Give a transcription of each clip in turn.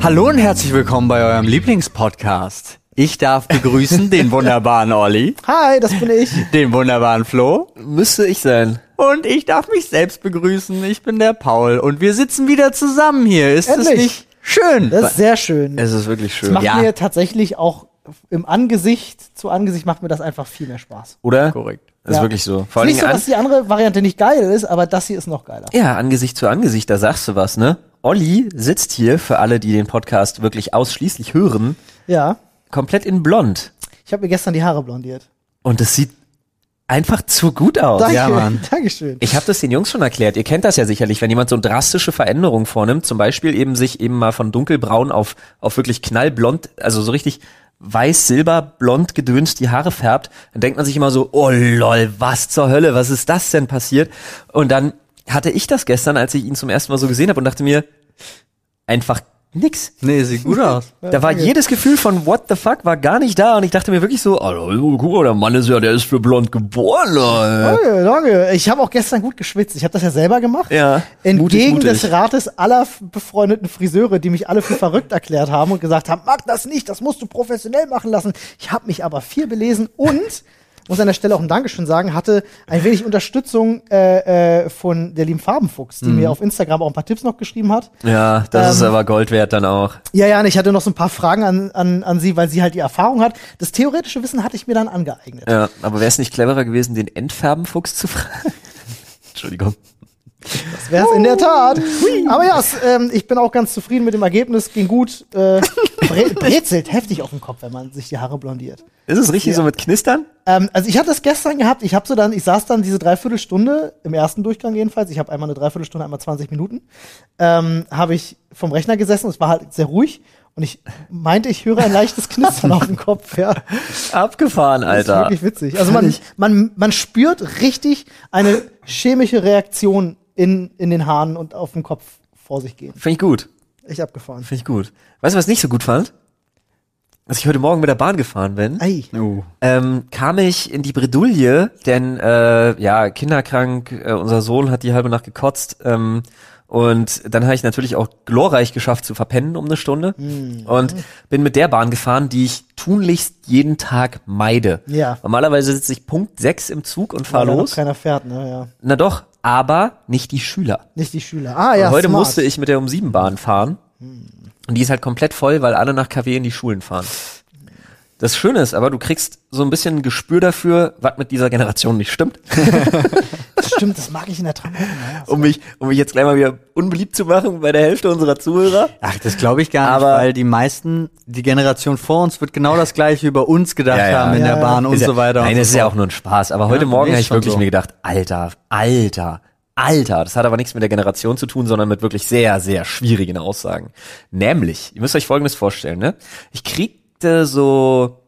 Hallo und herzlich willkommen bei eurem Lieblingspodcast. Ich darf begrüßen den wunderbaren Olli, Hi, das bin ich. den wunderbaren Flo Müsste ich sein. und ich darf mich selbst begrüßen. Ich bin der Paul und wir sitzen wieder zusammen hier. Ist es Endlich. nicht schön? Das ist sehr schön. Das Es ist wirklich schön. macht ja. mir tatsächlich auch im Angesicht zu Angesicht macht mir das einfach viel mehr Spaß. Oder? Korrekt. Das Ja. ist wirklich so. Ist Vor allen nicht so, Dingen an, dass die andere Variante nicht geil ist, aber das hier ist noch geiler. ja, Angesicht zu Angesicht, da sagst du was, ne? Olli sitzt hier, für alle, die den Podcast wirklich ausschließlich hören, Ja. komplett in blond. Ich habe mir gestern die Haare blondiert. Und es sieht einfach zu gut aus. Danke. ja, Mann. Dankeschön. Ich habe das den Jungs schon erklärt. Ihr kennt das ja sicherlich, wenn jemand so drastische Veränderungen vornimmt, zum Beispiel eben sich eben mal von dunkelbraun auf, auf wirklich knallblond, also so richtig weiß-silberblond gedönt die Haare färbt, dann denkt man sich immer so, oh lol, was zur Hölle, was ist das denn passiert? Und dann hatte ich das gestern, als ich ihn zum ersten Mal so gesehen habe und dachte mir, einfach nix. Nee, sieht gut aus. Da war jedes Gefühl von What the fuck war gar nicht da und ich dachte mir wirklich so, oh, guck mal, der Mann ist ja, der ist für blond geboren. Leute. Danke, danke. Ich habe auch gestern gut geschwitzt. Ich habe das ja selber gemacht. Ja. Entgegen Mutig, mutig. des Rates aller f- befreundeten Friseure, die mich alle für verrückt erklärt haben und gesagt haben, mag das nicht, das musst du professionell machen lassen. Ich habe mich aber viel belesen und muss an der Stelle auch ein Dankeschön sagen, hatte ein wenig Unterstützung äh, äh, von der lieben Farbenfuchs, die Mhm. mir auf Instagram auch ein paar Tipps noch geschrieben hat. Ja, das ist Ähm, aber Gold wert dann auch. Ja, ja, und ich hatte noch so ein paar Fragen an, an, an sie, weil sie halt die Erfahrung hat. Das theoretische Wissen hatte ich mir dann angeeignet. Ja, aber wäre es nicht cleverer gewesen, den Entfärbenfuchs zu fragen? Entschuldigung. Das wär's in der Tat. Aber ja, es, ähm, ich bin auch ganz zufrieden mit dem Ergebnis. Ging gut. Äh, bre brezelt heftig auf den Kopf, wenn man sich die Haare blondiert. Ist es richtig so mit Knistern? Ähm, also ich hatte das gestern gehabt. Ich habe so dann, ich saß dann diese Dreiviertelstunde im ersten Durchgang jedenfalls. Ich habe einmal eine Dreiviertelstunde, einmal 20 Minuten. Ähm, habe ich vom Rechner gesessen. und Es war halt sehr ruhig. Und ich meinte, ich höre ein leichtes Knistern auf dem Kopf. Ja, Abgefahren, das ist Alter. wirklich witzig. Also man, man, man spürt richtig eine chemische Reaktion in, in den Haaren und auf dem Kopf vor sich gehen. Finde ich gut. Echt abgefahren. Finde ich gut. Weißt du, was ich nicht so gut fand? Als ich heute Morgen mit der Bahn gefahren bin, Ei. Oh. ähm, kam ich in die Bredouille, denn äh, ja, kinderkrank, äh, unser Sohn hat die halbe Nacht gekotzt. Ähm, und dann habe ich natürlich auch glorreich geschafft zu verpennen um eine Stunde und bin mit der Bahn gefahren, die ich tunlichst jeden Tag meide. Ja. Normalerweise sitze ich Punkt 6 im Zug und Weil fahre da noch los. Keiner fährt, ne? Ja. Na doch, aber nicht die Schüler. Nicht die Schüler. Ah, Und ja. heute smart. musste ich mit der um sieben Bahn fahren. Und die ist halt komplett voll, weil alle nach KW in die Schulen fahren. Das Schöne ist aber, du kriegst so ein bisschen ein Gespür dafür, was mit dieser Generation nicht stimmt. Das stimmt, das mag ich in der Tram. auch immer, ja. Um mich, um mich jetzt gleich mal wieder unbeliebt zu machen bei der Hälfte unserer Zuhörer. Ach, das glaube ich gar nicht, Aber- weil die meisten, die Generation vor uns wird genau das gleiche über uns gedacht Ja, ja. haben in Ja, der ja. Bahn und Ist ja- so weiter. Nein, und das so ist ja fort. auch nur ein Spaß. Aber heute nee, Morgen ist habe ich schon wirklich so. mir gedacht, Alter, Alter, Alter. Das hat aber nichts mit der Generation zu tun, sondern mit wirklich sehr, sehr schwierigen Aussagen. Nämlich, ihr müsst euch Folgendes vorstellen, ne? Ich kriegte so,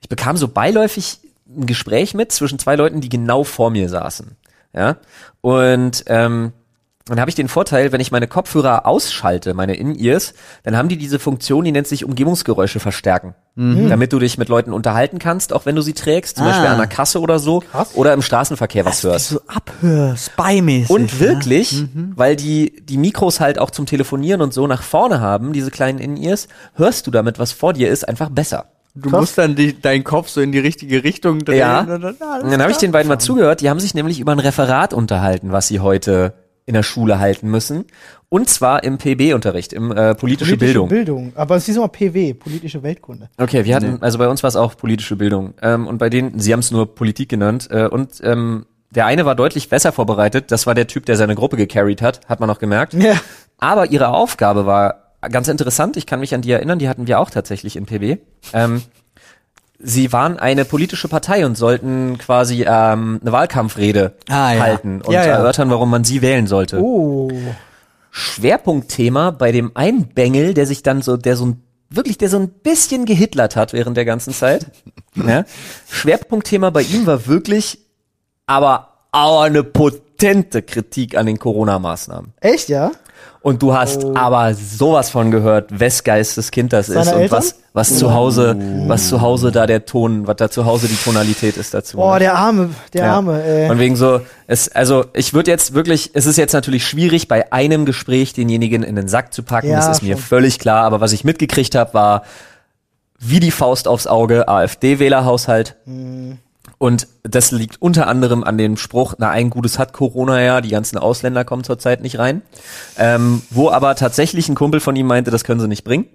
ich bekam so beiläufig ein Gespräch mit zwischen zwei Leuten, die genau vor mir saßen. Ja. Und ähm, dann habe ich den Vorteil, wenn ich meine Kopfhörer ausschalte, meine In-Ears, dann haben die diese Funktion, die nennt sich Umgebungsgeräusche verstärken. Damit du dich mit Leuten unterhalten kannst, auch wenn du sie trägst, zum Ah. Beispiel an der Kasse oder so, oder im Straßenverkehr was hörst. so abhör, spy-mäßig. Und wirklich, weil die, die Mikros halt auch zum Telefonieren und so nach vorne haben, diese kleinen In-Ears, hörst du damit, was vor dir ist, einfach besser. Du musst dann die, deinen Kopf so in die richtige Richtung drehen. Ja. Und dann, ah, alles Und dann habe ich klar. den beiden mal zugehört. Die haben sich nämlich über ein Referat unterhalten, was sie heute in der Schule halten müssen. Und zwar im PB-Unterricht, im äh, politische, Politische Bildung. Bildung. Aber es ist immer PW, politische Weltkunde. Okay, wir hatten, also bei uns war es auch politische Bildung. Ähm, und bei denen, sie haben es nur Politik genannt. Äh, und ähm, der eine war deutlich besser vorbereitet. Das war der Typ, der seine Gruppe gecarried hat, hat man noch gemerkt. Ja. Aber ihre Aufgabe war ganz interessant. Ich kann mich an die erinnern, die hatten wir auch tatsächlich in PB. Ähm, sie waren eine politische Partei und sollten quasi ähm, eine Wahlkampfrede Ah, ja. halten und Ja, ja. erörtern, warum man sie wählen sollte. Oh. Schwerpunktthema bei dem einen Bengel, der sich dann so, der so ein, wirklich, der so ein bisschen gehitlert hat während der ganzen Zeit. ne? Schwerpunktthema bei ihm war wirklich, aber, aber eine potente Kritik an den Corona-Maßnahmen. Echt, ja? Und du hast aber sowas von gehört, wes geistes Kind das ist Oh. Seine und Eltern? was, was zu Hause, was zu Hause da der Ton, was da zu Hause die Tonalität ist dazu. Boah, der Arme, der Ja. Arme, ey. Und wegen so, es, also ich würde jetzt wirklich, es ist jetzt natürlich schwierig, bei einem Gespräch denjenigen in den Sack zu packen, Ja, das ist mir schon. völlig klar, aber was ich mitgekriegt habe, war wie die Faust aufs Auge, AfD-Wählerhaushalt. Mhm. Und das liegt unter anderem an dem Spruch, na ein Gutes hat Corona ja, die ganzen Ausländer kommen zurzeit nicht rein. Ähm, wo aber tatsächlich ein Kumpel von ihm meinte, das können sie nicht bringen.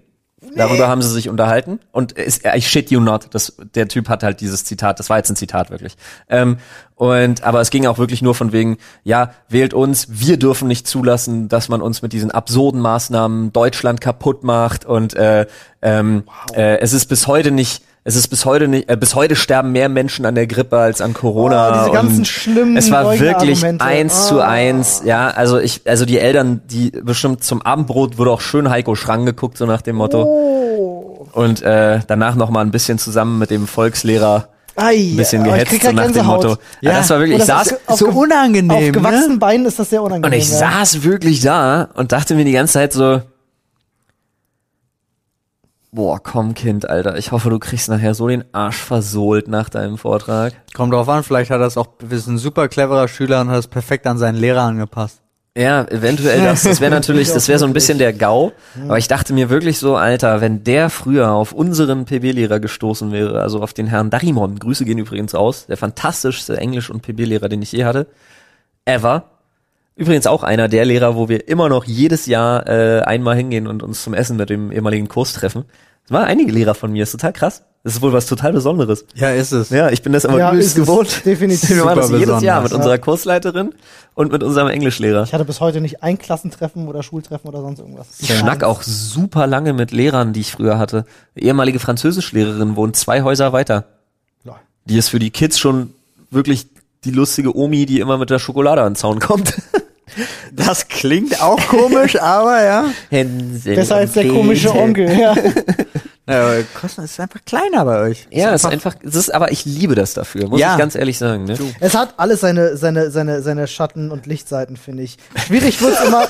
Darüber haben sie sich unterhalten. Und es, I shit you not, das, der Typ hat halt dieses Zitat, das war jetzt ein Zitat wirklich. Ähm, und aber es ging auch wirklich nur von wegen, ja, wählt uns, wir dürfen nicht zulassen, dass man uns mit diesen absurden Maßnahmen Deutschland kaputt macht und äh, ähm, äh, es ist bis heute nicht es ist bis heute nicht, äh, bis heute sterben mehr Menschen an der Grippe als an Corona. Oh, diese ganzen und schlimmen Es war wirklich Leugnargumente. eins zu Ah. eins. Ja, also ich, also die Eltern, die bestimmt zum Abendbrot wurde auch schön Heiko Schrang geguckt, so nach dem Oh, Motto. Und äh, danach noch mal ein bisschen zusammen mit dem Volkslehrer Ei, ein bisschen aber ich krieg gehetzt, so grad nach dem Gänsehaut. Motto. Ja, das war wirklich, Und ich das saß, ist auf so ge- unangenehm, Auf gewachsenen ne? Beinen ist das sehr unangenehm. und ich ja. saß wirklich da und dachte mir die ganze Zeit so, boah, komm Kind, Alter, ich hoffe, du kriegst nachher so den Arsch versohlt nach deinem Vortrag. Kommt drauf an, vielleicht hat er es auch, ist ein super cleverer Schüler und hat es perfekt an seinen Lehrer angepasst. Ja, eventuell das. Das wäre natürlich, das wäre so ein bisschen der GAU. Aber ich dachte mir wirklich so, Alter, wenn der früher auf unseren PB-Lehrer gestoßen wäre, also auf den Herrn Darimon, Grüße gehen übrigens aus, der fantastischste Englisch- und PB-Lehrer, den ich je hatte, ever. Übrigens auch einer der Lehrer, wo wir immer noch jedes Jahr äh, einmal hingehen und uns zum Essen mit dem ehemaligen Kurs treffen. Das waren einige Lehrer von mir, ist total krass. Das ist wohl was total Besonderes. Ja, ist es. Ja, ich bin das immer Ja, übelst ist es. gewohnt. Definitiv. Wir machen das Super jedes Jahr besonders. mit unserer Kursleiterin und mit unserem Englischlehrer. Ich hatte bis heute nicht ein Klassentreffen oder Schultreffen oder sonst irgendwas. Ich schnack auch super lange mit Lehrern, die ich früher hatte. Eine ehemalige Französischlehrerin wohnt zwei Häuser weiter. Lol. Die ist für die Kids schon wirklich die lustige Omi, die immer mit der Schokolade an den Zaun kommt. Das klingt auch komisch, aber ja. Hänsel Besser als der komische Onkel. Ja. ja aber Kosten ist einfach kleiner bei euch. Ja, ist einfach, es ist, aber ich liebe das dafür, muss Ja. ich ganz ehrlich sagen. Ne? Es hat alles seine, seine, seine, seine Schatten- und Lichtseiten, finde ich. Schwierig wird's immer.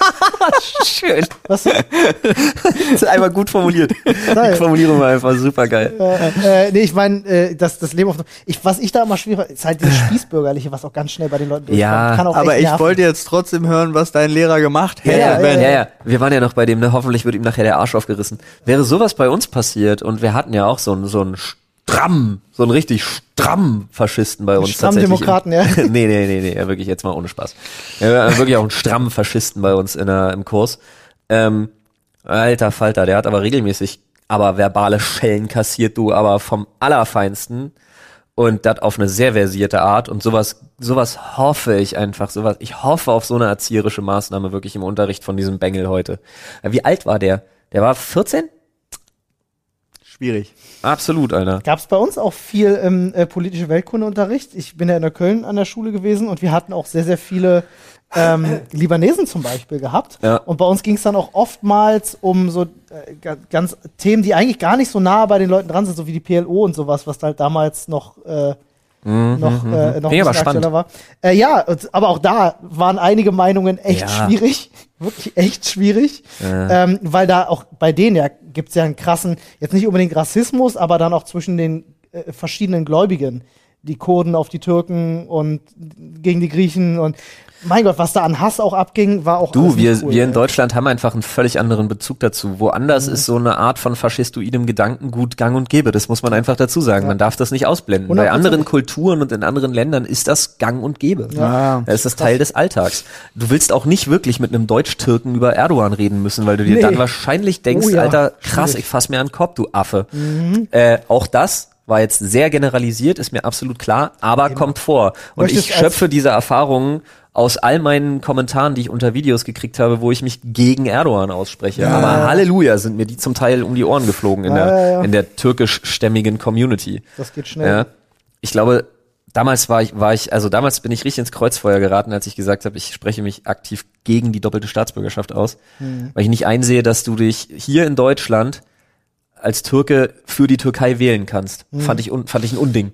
Schön. Was? äh, Das ist einmal gut formuliert. Die Nein. Formulierung war einfach super geil. Äh, äh, nee, ich meine, äh, das, das Leben auf ich, Was ich da immer schwierig ist halt dieses Spießbürgerliche, was auch ganz schnell bei den Leuten durchkommt. Ja, Kann auch Aber echt ich nerven. wollte jetzt trotzdem hören, was dein Lehrer gemacht hätte, ja, wenn. ja, ja, ja. Wir waren ja noch bei dem, ne? hoffentlich wird ihm nachher der Arsch aufgerissen. Wäre sowas bei uns passiert und wir hatten ja auch so einen, so einen stramm, so einen richtig stramm Faschisten bei uns Stramm tatsächlich. Demokraten, ja. nee, nee, nee, nee, ja, wirklich jetzt mal ohne Spaß. Ja, wirklich auch einen strammen Faschisten bei uns in der, im Kurs. Ähm, alter Falter, der hat aber regelmäßig aber verbale Schellen kassiert, du, aber vom Allerfeinsten und das auf eine sehr versierte Art und sowas sowas hoffe ich einfach sowas ich hoffe auf so eine erzieherische Maßnahme wirklich im Unterricht von diesem Bengel heute wie alt war der der war 14 Schwierig. absolut einer Gab's bei uns auch viel ähm, äh, politische Weltkundeunterricht. Ich bin ja in der Köln an der Schule gewesen und wir hatten auch sehr, sehr viele ähm, Libanesen zum Beispiel gehabt. Ja. Und bei uns ging's dann auch oftmals um so äh, ga- ganz Themen, die eigentlich gar nicht so nah bei den Leuten dran sind, so wie die PLO und sowas, was halt damals noch äh, noch, äh, noch Mhm, Nee, ein aber bisschen spannend. aktueller war. Äh, ja, und, aber auch da waren einige Meinungen echt Ja. schwierig, wirklich echt schwierig, Ja. ähm, weil da auch bei denen ja gibt's ja einen krassen, jetzt nicht unbedingt Rassismus, aber dann auch zwischen den äh, verschiedenen Gläubigen, die Kurden auf die Türken und gegen die Griechen und mein Gott, was da an Hass auch abging, war auch alles du nicht wir cool, Mhm. wir in ey. Deutschland haben einfach einen völlig anderen Bezug dazu woanders ist so eine Art von faschistoidem Gedankengut gang und gäbe das muss man einfach dazu sagen man darf das nicht ausblenden bei 100%. anderen Kulturen und in anderen Ländern ist das gang und gäbe Ja. Da ist das Teil des Alltags. Du willst auch nicht wirklich mit einem Deutsch-Türken über Erdogan reden müssen, weil du dir Nee. dann wahrscheinlich denkst, Oh ja, Alter, krass, schwierig. Mhm. ich fass mir an den Kopf, du Affe. Äh, auch das war jetzt sehr generalisiert, ist mir absolut klar, aber kommt vor. Und Möchtest ich als- schöpfe diese Erfahrungen aus all meinen Kommentaren, die ich unter Videos gekriegt habe, wo ich mich gegen Erdogan ausspreche. Aber Halleluja, sind mir die zum Teil um die Ohren geflogen in, Ja, der, ja, ja. in der türkischstämmigen Community. Das geht schnell. Ja. Ich glaube, damals war ich, war ich, also damals bin ich richtig ins Kreuzfeuer geraten, als ich gesagt habe, ich spreche mich aktiv gegen die doppelte Staatsbürgerschaft aus, Mhm. weil ich nicht einsehe, dass du dich hier in Deutschland als Türke für die Türkei wählen kannst. Mhm. Fand ich un, fand ich ein Unding.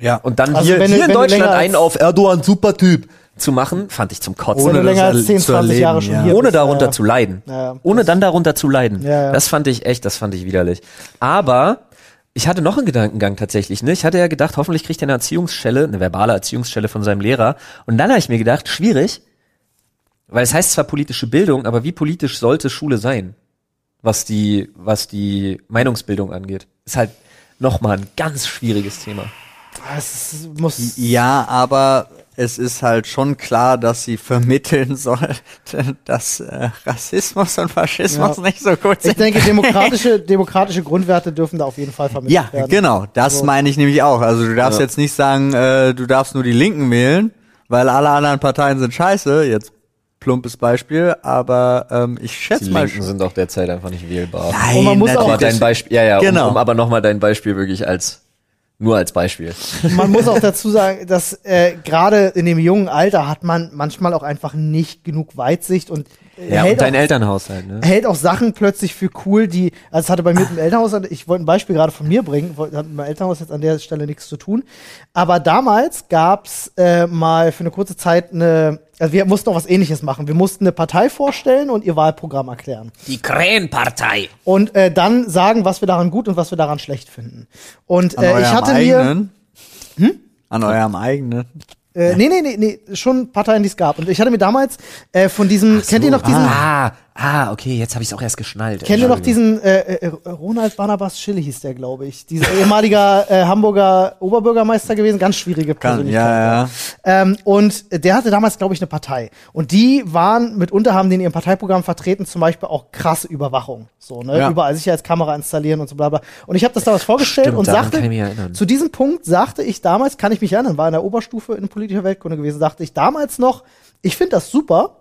Ja. Und dann Also hier, wenn du- hier in wenn du Deutschland länger als- einen auf Erdogan, super Typ. zu machen, fand ich zum Kotzen. Ohne das länger als erl- 10, zu 20 Jahre erleben, schon ja. hier. äh, ohne bist, darunter ja. zu leiden. Ja, ja. ohne dann darunter zu leiden. Ja, ja. Das fand ich echt, das fand ich widerlich. Aber ich hatte noch einen Gedankengang tatsächlich. Ne? Ich hatte ja gedacht, hoffentlich kriegt er eine Erziehungsschelle, eine verbale Erziehungsschelle von seinem Lehrer. Und dann habe ich mir gedacht, schwierig, weil es heißt zwar politische Bildung, aber wie politisch sollte Schule sein, was die, was die Meinungsbildung angeht? Ist halt nochmal ein ganz schwieriges Thema. Es ist- muss, Ja, aber es ist halt schon klar, dass sie vermitteln sollte, dass äh, Rassismus und Faschismus Ja. nicht so gut ich sind. denke, demokratische, demokratische Grundwerte dürfen da auf jeden Fall vermittelt ja, werden. genau, das Also- meine ich nämlich auch. Also du darfst Ja. jetzt nicht sagen, äh, du darfst nur die Linken wählen, weil alle anderen Parteien sind scheiße. Jetzt plumpes Beispiel, aber ähm, ich schätze mal. sind auch derzeit einfach nicht wählbar. Um Und man muss auch- Aber dein Beispiel, ja, ja, Genau. um, um aber nochmal dein Beispiel wirklich als, nur als Beispiel. Man muss auch dazu sagen, dass äh, gerade in dem jungen Alter hat man manchmal auch einfach nicht genug Weitsicht und äh, Ja, und hält, dein auch, Elternhaushalt, ne? hält auch Sachen plötzlich für cool, die, also es hatte bei mir mit dem Elternhaus, ich wollte ein Beispiel gerade von mir bringen, wollte- hat mit meinem Elternhaus jetzt an der Stelle nichts zu tun, aber damals gab's äh, mal für eine kurze Zeit eine, also wir mussten auch was ähnliches machen, wir mussten eine Partei vorstellen und ihr Wahlprogramm erklären Die Krähenpartei. und äh, dann sagen, was wir daran gut und was wir daran schlecht finden. Und an äh, eurem ich hatte mir... Hm? eigenen. An eurem eigenen. Äh, nee, nee, nee, nee, schon Parteien, die es gab. Und ich hatte mir damals äh, von diesem, kennt ihr noch diesen, Ah, ah, okay, jetzt habe ich es auch erst geschnallt. kennt ihr noch diesen, äh, äh, Ronald Barnabas Schille hieß der, glaube ich. Dieser ehemaliger äh, Hamburger Oberbürgermeister gewesen, ganz schwierige Kann, Persönlichkeit. ja, ja. Ähm, und der hatte damals, glaube ich, eine Partei. Und die waren, mitunter haben die in ihrem Parteiprogramm vertreten, zum Beispiel auch krasse Überwachung. So, ne? Ja. Überall Sicherheitskamera installieren und so bla bla. Und ich habe das damals vorgestellt Stimmt, und daran sagte, kann ich mich erinnern. zu diesem Punkt sagte ich damals, kann ich mich erinnern, war in der Oberstufe in politischer Weltkunde gewesen, sagte ich damals noch, ich finde das super,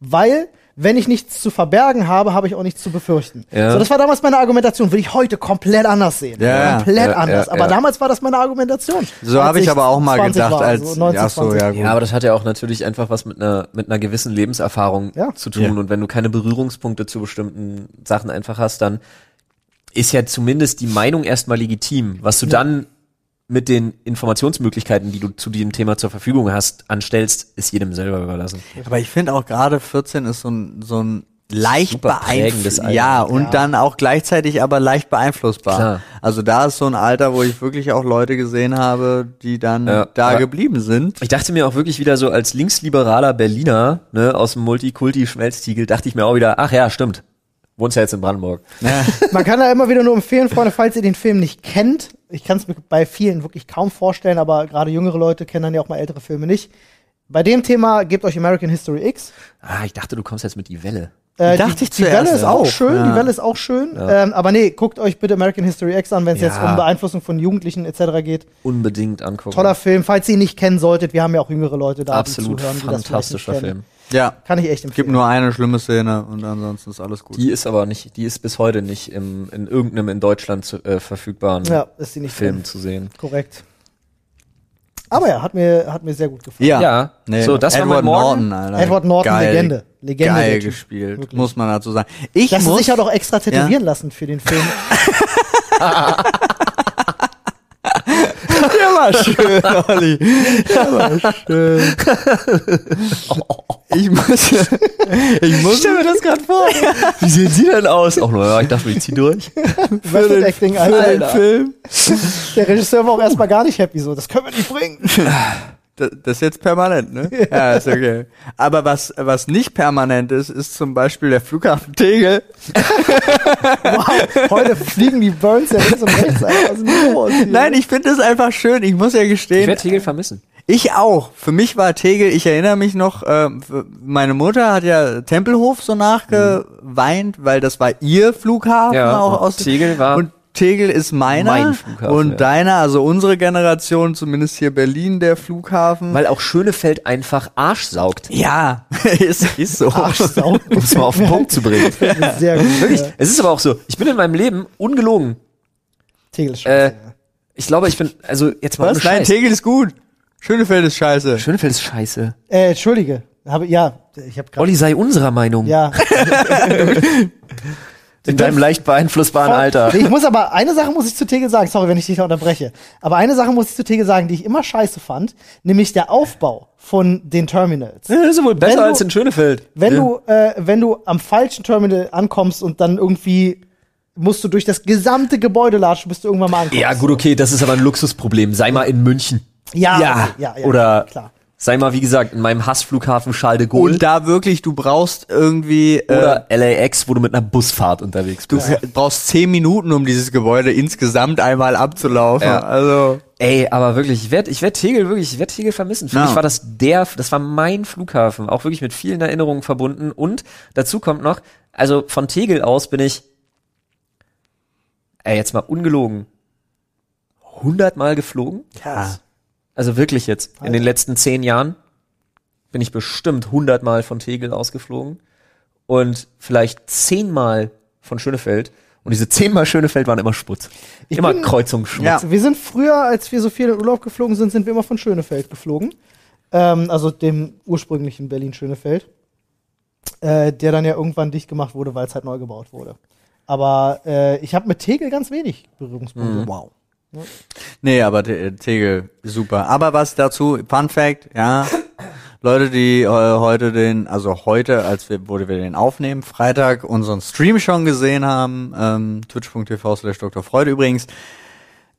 weil wenn ich nichts zu verbergen habe, habe ich auch nichts zu befürchten. Ja. So, das war damals meine Argumentation. Würde ich heute komplett anders sehen. Ja, komplett ja, anders. ja, aber ja. damals war das meine Argumentation. So Als habe ich aber auch mal 20 gedacht, war, also als so 19, ach so, 20. ja, gut. Ja, aber das hat ja auch natürlich einfach was mit einer, mit einer gewissen Lebenserfahrung Ja. zu tun. Ja. Und wenn du keine Berührungspunkte zu bestimmten Sachen einfach hast, dann ist ja zumindest die Meinung erstmal legitim. Was du dann mit den Informationsmöglichkeiten, die du zu diesem Thema zur Verfügung hast, anstellst, ist jedem selber überlassen. Aber ich finde auch gerade 14 ist so ein, so ein leicht Super prägendes beeinflussbar. Alter. Ja, und Ja. dann auch gleichzeitig aber leicht beeinflussbar. Klar. Also da ist so ein Alter, wo ich wirklich auch Leute gesehen habe, die dann Ja, da aber- geblieben sind. Ich dachte mir auch wirklich wieder so als linksliberaler Berliner, ne, aus dem Multikulti-Schmelztiegel, dachte ich mir auch wieder, ach ja, stimmt. Wohnst ja jetzt in Brandenburg. Man kann da immer wieder nur empfehlen, Freunde, falls ihr den Film nicht kennt. Ich kann es mir bei vielen wirklich kaum vorstellen, aber gerade jüngere Leute kennen dann ja auch mal ältere Filme nicht. Bei dem Thema gebt euch American History X. Ah, ich dachte, du kommst jetzt mit die Welle. Äh, Dachte die, ich die zuerst, Welle ist ja. auch Auch, schön, ja. die Welle ist auch schön. Ähm, aber nee, guckt euch bitte American History X an, wenn es Ja. jetzt um Beeinflussung von Jugendlichen etc. geht. Unbedingt angucken. Toller Film, falls ihr ihn nicht kennen solltet. Wir haben ja auch jüngere Leute da, Absolut die zuhören, die das vielleicht nicht fantastischer kennen. Film. Ja. Kann ich echt Gibt empfehlen. nur eine schlimme Szene und ansonsten ist alles gut. Die ist aber nicht, die ist bis heute nicht im, in irgendeinem in Deutschland zu, äh, verfügbaren ja, ist die nicht Film drin. zu sehen. Korrekt. Aber ja, hat mir, hat mir sehr gut gefallen. ja. Ja. So, das war Edward mein Morgen. Norton, Alter. Edward Norton, geil, Legende. Legende der Geil Typ. gespielt, Wirklich. muss man dazu sagen. Ich Das muss, muss sich hat auch extra tätowieren lassen für den Film. Der war schön, Olli. Der war schön. Oh. Ich muss, ich muss mir das gerade vor. Wie sehen sie denn aus? Auch nur, ja, ich dachte, ich zieh durch. Für den, Acting, für den Alter. Film. Der Regisseur war auch erstmal gar nicht happy so. Das können wir nicht bringen. Das das ist jetzt permanent, ne? Ja, ist okay. Aber was, was nicht permanent ist, ist zum Beispiel der Flughafen Tegel. Wow, heute fliegen die Burns ja links und rechts. Alter. Was ist denn los hier? Nein, ich finde das einfach schön. Ich muss ja Ich gestehen, werde Tegel vermissen. Ich auch. Für mich war Tegel, ich erinnere mich noch, äh, f- meine Mutter hat ja Tempelhof so nachgeweint, weil das war ihr Flughafen Mhm. Ja, auch und aus Tegel war und Tegel ist meiner mein Flughafen, und ja. deiner, also unsere Generation, zumindest hier Berlin der Hm. Flughafen. Weil auch Schönefeld einfach Arsch saugt. ja, ist, ist so. Arschsau. Um es mal auf den Punkt zu bringen. Sehr gut. Äh, Wirklich, Ja. es ist aber auch so, ich bin in meinem Leben ungelogen. Tegel ist Äh, scheiße. ich glaube, ich bin, also jetzt mal Was? ohne Nein, Scheiß. Tegel ist gut. Schönefeld ist scheiße. Schönefeld ist scheiße. Äh, Entschuldige. Habe, ja, ich habe gerade. Olli sei unserer Meinung. Ja, In deinem leicht beeinflussbaren Alter. Ich muss aber, eine Sache muss ich zu Tegel sagen, sorry, wenn ich dich da unterbreche. Aber eine Sache muss ich zu Tegel sagen, die ich immer scheiße fand, nämlich der Aufbau von den Terminals. Ne, Das ist ja wohl besser Wenn du- als in Schönefeld. Wenn Ja. du, äh, wenn du am falschen Terminal ankommst und dann irgendwie musst du durch das gesamte Gebäude latschen, bis du irgendwann mal ankommst. Ja, gut, okay, das ist aber ein Luxusproblem. Sei mal in München. Ja, ja. okay, ja, ja, Oder klar. sei mal, wie gesagt, in meinem Hassflughafen Charles de Gaulle Und da wirklich, du brauchst irgendwie, äh, oder LAX, wo du mit einer Busfahrt unterwegs du bist. brauchst zehn Minuten, um dieses Gebäude insgesamt einmal abzulaufen. Ja. Also Ey, aber wirklich, ich werde ich werd Tegel wirklich, ich werde Tegel vermissen. Für Ja. mich war das der, das war mein Flughafen, auch wirklich mit vielen Erinnerungen verbunden. Und dazu kommt noch, also von Tegel aus bin ich, ey, jetzt mal ungelogen, hundertmal geflogen. ja. Also wirklich jetzt, in den letzten zehn Jahren bin ich bestimmt hundertmal von Tegel ausgeflogen und vielleicht zehnmal von Schönefeld. Und diese zehnmal Schönefeld waren immer Sputz. immer bin- Kreuzungsschmutz. Ja. Wir sind früher, als wir so viel in Urlaub geflogen sind, sind wir immer von Schönefeld geflogen. Ähm, also dem ursprünglichen Berlin-Schönefeld. Äh, der dann ja irgendwann dicht gemacht wurde, weil es halt neu gebaut wurde. Aber äh, ich habe mit Tegel ganz wenig Berührungspunkte. Mhm. Wow. Nee, aber Te- äh, Tegel, super. Aber was dazu, Fun Fact, ja. Leute, die äh, heute den, also heute, als wir, wo wir den aufnehmen, Freitag unseren Stream schon gesehen haben, ähm, twitch.tv slash Dr. Freude übrigens,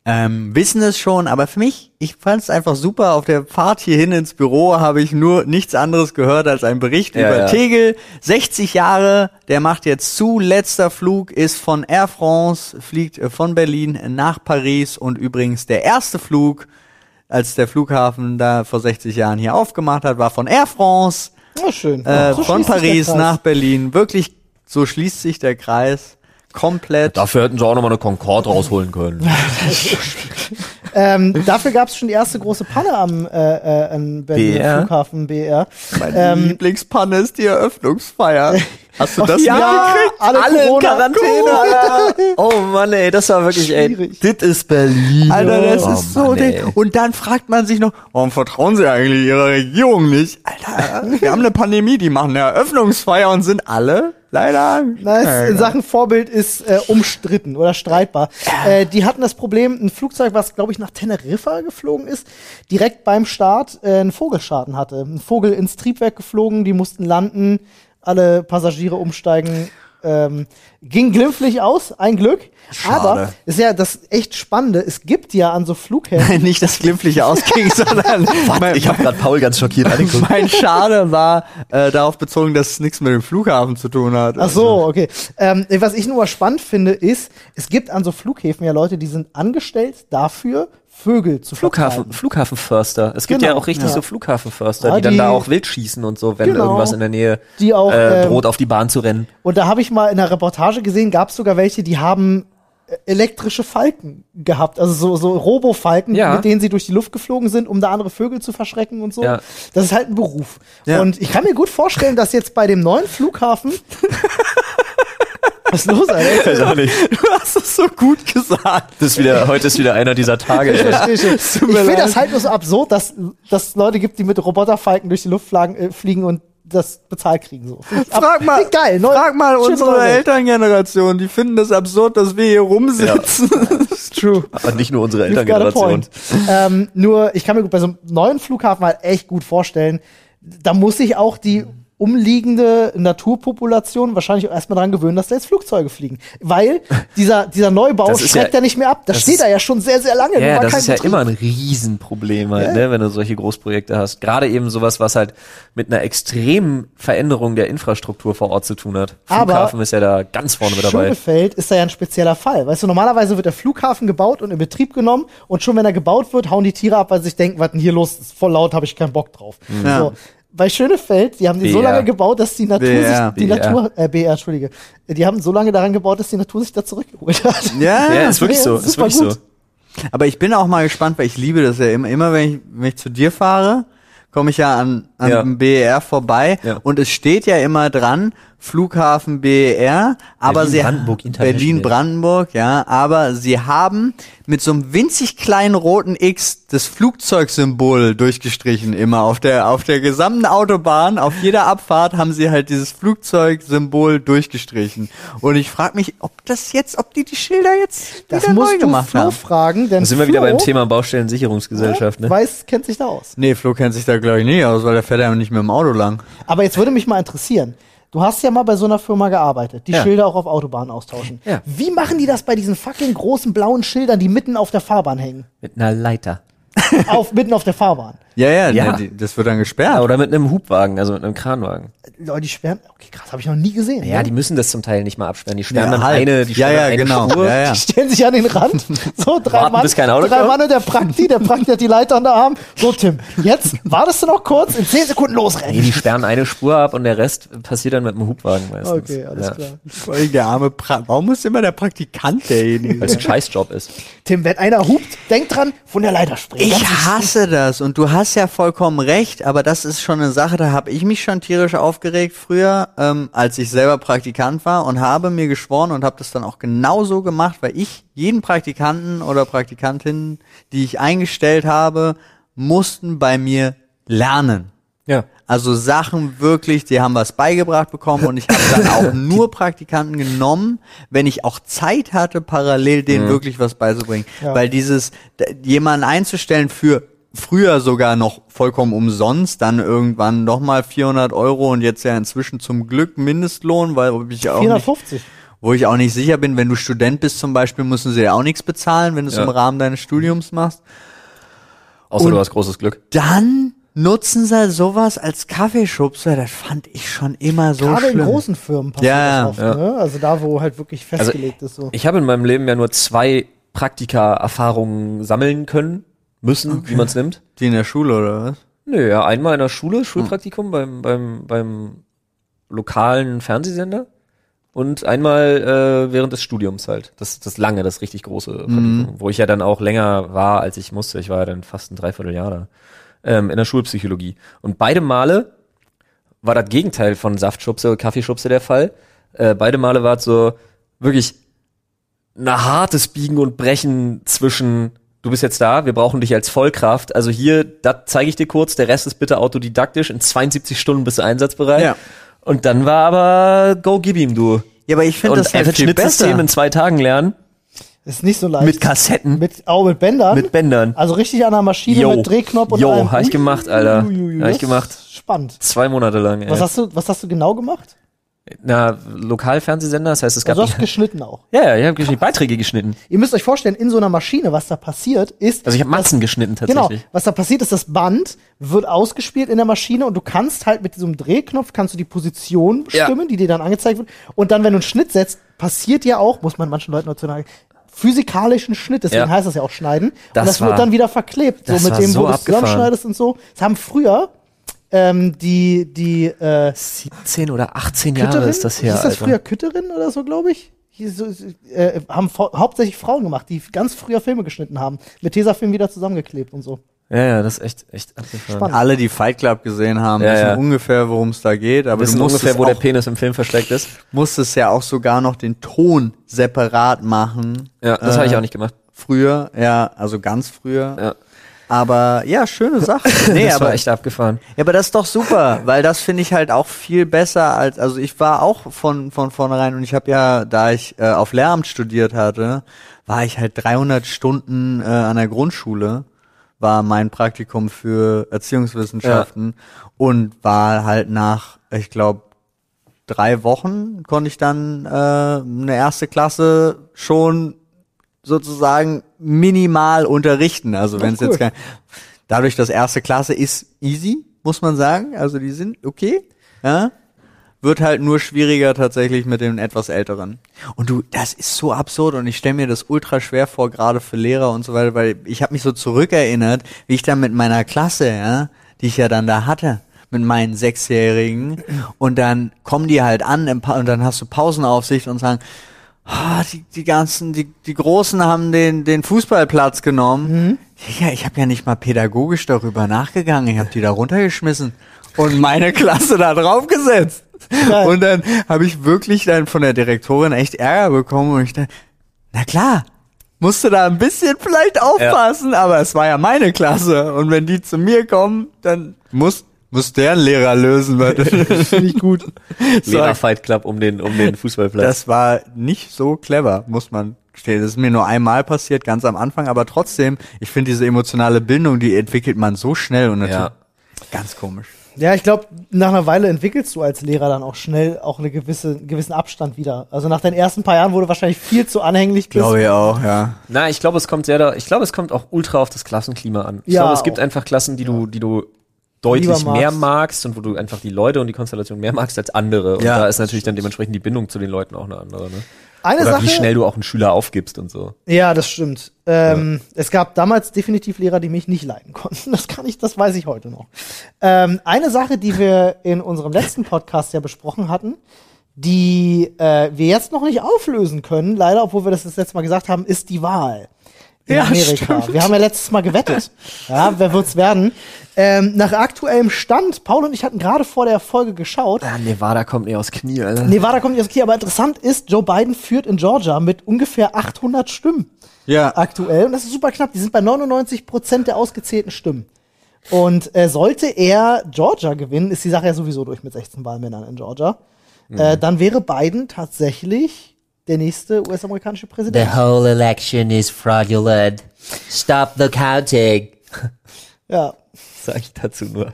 ähm, wissen es schon, aber für mich, ich fand es einfach super. Auf der Fahrt hierhin ins Büro habe ich nur nichts anderes gehört als einen Bericht Ja, über ja. Tegel. 60 Jahre, der macht jetzt zu. Letzter Flug ist von Air France, fliegt äh, von Berlin nach Paris und übrigens der erste Flug, als der Flughafen da vor 60 Jahren hier aufgemacht hat, war von Air France Oh, schön. äh, So von schließt sich der Paris Kreis. nach Berlin. Wirklich, so schließt sich der Kreis komplett. Dafür hätten sie auch nochmal eine Concorde rausholen können. Ähm, dafür gab es schon die erste große Panne am äh, äh, an Berliner BR? Flughafen BR. Meine Ähm, Lieblingspanne ist die Eröffnungsfeier. Hast du das ja, mitgekriegt? alle Corona- Alter. Oh Mann, ey, das war wirklich, Schwierig. ey, das ist Berlin. Alter, das Oh ist so Mann, dick. ey. Und dann fragt man sich noch, warum vertrauen sie eigentlich ihrer Regierung nicht? Alter, wir haben eine Pandemie, die machen eine Eröffnungsfeier und sind alle leider. Na, es- in Sachen Vorbild ist äh, umstritten oder streitbar. Äh, die hatten das Problem, ein Flugzeug, was glaube ich nach Teneriffa geflogen ist, direkt beim Start äh, einen Vogelschaden hatte. Ein Vogel ins Triebwerk geflogen, die mussten landen, alle Passagiere umsteigen. Ähm, ging glimpflich aus, ein Glück. Aber ist ja das echt Spannende. Es gibt ja an so Flughäfen nicht das glimpfliche ausging, sondern mein, Ich habe gerade Paul ganz schockiert angeguckt. mein Schade war äh, darauf bezogen, dass es nichts mit dem Flughafen zu tun hat. Ach Also, so, okay. Ähm, was ich nur mal spannend finde, ist, es gibt an so Flughäfen ja Leute, die sind angestellt dafür, Vögel zu Flughafen, vertreiben. Flughafenförster. Es gibt Genau. ja auch richtig Ja. so Flughafenförster, Ja, die, dann die- da auch wild schießen und so, wenn Genau. irgendwas in der Nähe Die auch, äh, ähm, droht, auf die Bahn zu rennen. Und da habe ich mal in einer Reportage gesehen, gab es sogar welche, die haben äh, elektrische Falken gehabt, also so, so Robo-Falken, Ja. mit denen sie durch die Luft geflogen sind, um da andere Vögel zu verschrecken und so. Ja. Das ist halt ein Beruf. Ja. Und ich kann mir gut vorstellen, dass jetzt bei dem neuen Flughafen Was ist los, Alter? Du hast es so gut gesagt. Das ist wieder, heute ist wieder einer dieser Tage. Ich ey. verstehe schon. Ich mir finde leid. das halt nur so absurd, dass dass es Leute gibt, die mit Roboterfalken durch die Luft flagen, äh, fliegen und das bezahlt kriegen. So. Finde ich ab- Frag mal, finde ich geil, neu- frag mal schöne unsere neue Welt. Elterngeneration, die finden das absurd, dass wir hier rumsitzen. True. Und nicht nur unsere You've got a Elterngeneration. point. ähm, nur, ich kann mir gut bei so einem neuen Flughafen halt echt gut vorstellen, da muss sich auch die umliegende Naturpopulation wahrscheinlich auch erstmal daran gewöhnen, dass da jetzt Flugzeuge fliegen. Weil dieser, dieser Neubau Das ist schreckt ja, ja- nicht mehr ab. Da das steht ist- er ja schon sehr, sehr lange. Ja, Nur war das kein ist ja Betrieb. immer ein Riesenproblem, halt, ne, wenn du solche Großprojekte hast. Gerade eben sowas, was halt mit einer extremen Veränderung der Infrastruktur vor Ort zu tun hat. Aber- Flughafen ist ja da ganz vorne mit dabei. Schönefeld ist da ja ein spezieller Fall. Weißt du, normalerweise wird der Flughafen gebaut und in Betrieb genommen und schon wenn er gebaut wird, hauen die Tiere ab, weil sie sich denken, was denn hier los ist, voll laut, habe ich keinen Bock drauf. Mhm. Ja. So. Bei Schönefeld, die haben die so BR. lange gebaut, dass die Natur BR. sich, die BR. Natur, äh, BR, Entschuldige, die haben so lange daran gebaut, dass die Natur sich da zurückgeholt hat. Ja, Ja, ist wirklich Nee, so, ist ist wirklich super so. Aber ich bin auch mal gespannt, weil ich liebe das ja immer. Immer wenn ich, wenn ich zu dir fahre, komme ich ja an, an Ja. dem BER vorbei Ja. und es steht ja immer dran, Flughafen BER, aber sie Berlin-Brandenburg International. Berlin-Brandenburg, ja, aber sie haben mit so einem winzig kleinen roten X das Flugzeugsymbol durchgestrichen immer auf der auf der gesamten Autobahn, auf jeder Abfahrt haben sie halt dieses Flugzeugsymbol durchgestrichen und ich frage mich, ob das jetzt, ob die die Schilder jetzt Das wieder neu musst du gemacht Flo haben. fragen, denn Dann sind wir wieder Flo beim Thema Baustellensicherungsgesellschaft, ne? weiß, kennt sich da aus. Nee, Flo kennt sich da glaube ich nicht aus, weil der fährt ja nicht mit dem Auto lang. Aber jetzt würde mich mal interessieren. Du hast ja mal bei so einer Firma gearbeitet, die Ja. Schilder auch auf Autobahnen austauschen. Ja. Wie machen die das bei diesen fucking großen blauen Schildern, die mitten auf der Fahrbahn hängen? Mit einer Leiter. auf, mitten auf der Fahrbahn. Ja, ja, Ja. Nee, die, das wird dann gesperrt. Ja, oder mit einem Hubwagen, also mit einem Kranwagen. Leute, die sperren. Okay, krass, habe ich noch nie gesehen. Ja, ne? die müssen das zum Teil nicht mal absperren. Die sperren Ja, dann halt. eine, die ja, sperren ja, eine genau. Spur. Ja, ja. Die stellen sich an den Rand. So, drei Warten, Mann. bis kein Auto drei kommt. Mann und der Prakti, der Prakti hat die Leiter an der Arm. So, Tim, jetzt wartest du noch kurz, in zehn Sekunden Nee, losrennen. eh die sperren eine Spur ab und der Rest passiert dann mit dem Hubwagen meistens. Okay, alles ja. klar. Vor allem der arme pra Warum muss immer der Praktikant derjenige Weil es ein Scheißjob ist. Tim, wenn einer hupt, denk dran, von der Leiter springen. Ich Ganz hasse das und du hast ja vollkommen recht, aber das ist schon eine Sache, da habe ich mich schon tierisch aufgeregt früher, ähm, als ich selber Praktikant war und habe mir geschworen und habe das dann auch genau so gemacht, weil ich jeden Praktikanten oder Praktikantin, die ich eingestellt habe, mussten bei mir lernen. Ja. Also Sachen wirklich, die haben was beigebracht bekommen und ich habe dann auch nur Praktikanten genommen, wenn ich auch Zeit hatte, parallel denen wirklich was beizubringen. Ja. Weil dieses, d- jemanden einzustellen für früher sogar noch vollkommen umsonst, dann irgendwann nochmal 400 Euro und jetzt ja inzwischen zum Glück Mindestlohn, weil ob ich auch nicht, 450. wo ich auch nicht sicher bin, wenn du Student bist zum Beispiel, müssen sie ja auch nichts bezahlen, wenn du es Ja. im Rahmen deines Studiums machst Außer Und- du hast großes Glück. dann nutzen sie sowas als Kaffeeschubser. Das fand ich schon immer so Gerade in schlimm. großen Firmen passiert Ja, das oft, ne? Also da, wo halt wirklich festgelegt ist. So. Also Ich habe in meinem Leben ja nur zwei Praktika-Erfahrungen sammeln können, müssen, wie man es nimmt. Die in der Schule oder was? Nö, ja, einmal in der Schule, Schulpraktikum beim, beim, beim lokalen Fernsehsender und einmal äh, während des Studiums halt. Das, das lange, das richtig große Praktikum, wo ich ja dann auch länger war, als ich musste. Ich war ja dann fast ein Dreivierteljahr da. Ähm, in der Schulpsychologie. Und beide Male war das Gegenteil von Saftschubse oder Kaffeeschubse der Fall. Äh, beide Male war es so wirklich ein hartes Biegen und Brechen zwischen du bist jetzt da, wir brauchen dich als Vollkraft. Also hier, das zeige ich dir kurz, der Rest ist bitte autodidaktisch, in 72 Stunden bist du einsatzbereit. Ja. Und dann war aber go gib ihm du. Ja, aber ich finde Und das halt einfach viel Schnittsystem besser. in zwei Tagen lernen ist nicht so leicht. mit Kassetten, mit, mit, auch mit Bändern. Bändern. also richtig an der Maschine Jo. mit Drehknopf und Jo, allem. hab ich gemacht, Alter. Hab ich das gemacht. ist Spannend. Zwei Monate lang. Was ey. hast du, was hast du genau gemacht? Na, Lokalfernsehsender, das heißt, es gab Also du hast geschnitten auch. Ja, ja, ich habe geschnitten, Beiträge geschnitten. Ihr müsst euch vorstellen, in so einer Maschine, was da passiert, ist. Also ich habe Matzen geschnitten Genau, tatsächlich. was da passiert ist, das Band wird ausgespielt in der Maschine und du kannst halt mit diesem Drehknopf, kannst du die Position Ja. bestimmen, die dir dann angezeigt wird. Und dann, wenn du einen Schnitt setzt, passiert ja auch, muss man manchen Leuten dazu sagen, physikalischen Schnitt, deswegen Ja. heißt das ja auch schneiden. Das und das war- wird dann wieder verklebt, so das mit war dem, so wo du es abgefahren. zusammenschneidest und so. Das haben früher ähm, die, die äh, 17 oder 18 Kütterin? Jahre ist das her, Hieß das Alter. früher Kütterin oder so, glaube ich? Hieß so, äh, haben vor- hauptsächlich Frauen gemacht, die ganz früher Filme geschnitten haben. Mit Tesafilm wieder zusammengeklebt und so. Ja, ja, das ist echt, echt abgefahren. Spannend. Alle, die Fight Club gesehen haben, Ja, wissen ja. ungefähr, worum es da geht. Aber Wir du wissen musstest, ungefähr, wo der auch, Penis im Film versteckt ist. musstest ja auch sogar noch den Ton separat machen. Äh, Ja, das habe ich auch nicht gemacht. Früher, ja, also ganz früher. Ja. Aber ja, schöne Sache. Nee, Nee, das war aber echt abgefahren. Ja, aber das ist doch super, weil das finde ich halt auch viel besser als, also ich war auch von, von vornherein und ich habe ja, da ich äh, auf Lehramt studiert hatte, war ich halt 300 Stunden äh, an der Grundschule, war mein Praktikum für Erziehungswissenschaften und war halt nach, ich glaube, drei Wochen konnte ich dann äh, eine erste Klasse schon sozusagen minimal unterrichten. Also wenn es cool. jetzt kein, dadurch, dass erste Klasse ist easy, muss man sagen. Also die sind okay. Ja? Wird halt nur schwieriger tatsächlich mit den etwas Älteren. Und du, das ist so absurd und ich stelle mir das ultra schwer vor, gerade für Lehrer und so weiter, weil ich habe mich so zurückerinnert, wie ich dann mit meiner Klasse, ja, die ich ja dann da hatte, mit meinen Sechsjährigen und dann kommen die halt an im Pa- und dann hast du Pausenaufsicht und sagen, Ah, die, die ganzen, die, die Großen haben den, den Fußballplatz genommen. Ja, ich habe ja nicht mal pädagogisch darüber nachgegangen. Ich habe die da runtergeschmissen und meine Klasse da draufgesetzt. Und dann habe ich wirklich dann von der Direktorin echt Ärger bekommen und ich dachte, na klar, musste da ein bisschen vielleicht aufpassen, aber es war ja meine Klasse. Und wenn die zu mir kommen, dann muss, muss deren Lehrer lösen, weil Finde ich gut. Lehrer Fight Club um den, um den Fußballplatz. das war nicht so clever, muss man gestehen. Das ist mir nur einmal passiert, ganz am Anfang, aber trotzdem, ich finde diese emotionale Bindung, die entwickelt man so schnell und Ja. natürlich- ganz komisch. Ja, ich glaube, nach einer Weile entwickelst du als Lehrer dann auch schnell auch eine gewisse, einen gewissen Abstand wieder. Also nach den ersten paar Jahren, wo du wahrscheinlich viel zu anhänglich bist. Glaube ich auch, ja. Na, ich glaube, es kommt sehr da, ich glaube, es kommt auch ultra auf das Klassenklima an. Ich Ja, glaube, es gibt auch. einfach Klassen, die du, die du Lieber deutlich magst. mehr magst und wo du einfach die Leute und die Konstellation mehr magst als andere. Und Ja. da ist natürlich dann dementsprechend die Bindung zu den Leuten auch eine andere. Ne? Eine Oder Sache. wie schnell du auch einen Schüler aufgibst und so. Ja, das stimmt. Ähm, Es gab damals definitiv Lehrer, die mich nicht leiden konnten. Das kann ich, das weiß ich heute noch. Ähm, eine Sache, die wir in unserem letzten Podcast ja besprochen hatten, die äh, wir jetzt noch nicht auflösen können, leider, obwohl wir das das letzte Mal gesagt haben, ist die Wahl in Ja, Amerika. stimmt. Wir haben ja letztes Mal gewettet. Ja, wer wird's werden? Ähm, nach aktuellem Stand, Paul und ich hatten gerade vor der Folge geschaut, Ah, Nevada kommt nicht aus Knie, Alter. Nevada kommt nicht aus Kiel, aber interessant ist, Joe Biden führt in Georgia mit ungefähr 800 Stimmen Ja, aktuell. Und das ist super knapp. Die sind bei 99 Prozent der ausgezählten Stimmen. Und äh, sollte er Georgia gewinnen, ist die Sache ja sowieso durch mit 16 Wahlmännern in Georgia. Mhm. Äh, dann wäre Biden tatsächlich der nächste US-amerikanische The Präsident. whole election is fraudulent. Stop the counting. Ja. sag ich dazu nur.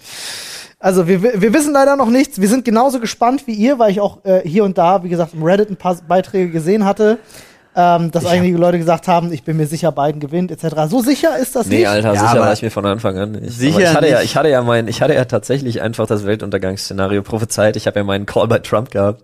Also wir, wir wissen leider noch nichts. Wir sind genauso gespannt wie ihr, weil ich auch äh, hier und da, wie gesagt, im Reddit ein paar Beiträge gesehen hatte, ähm, dass einige Leute gesagt haben, ich bin mir sicher, Biden gewinnt, etc. So sicher ist das Nee, nicht. Alter, Ja, sicher aber- war ich mir von Anfang an nicht. Sicher aber ich hatte ja, nicht. ich hatte ja mein, ich hatte ja tatsächlich einfach das Weltuntergangsszenario prophezeit. Ich habe ja meinen Call bei Trump gehabt.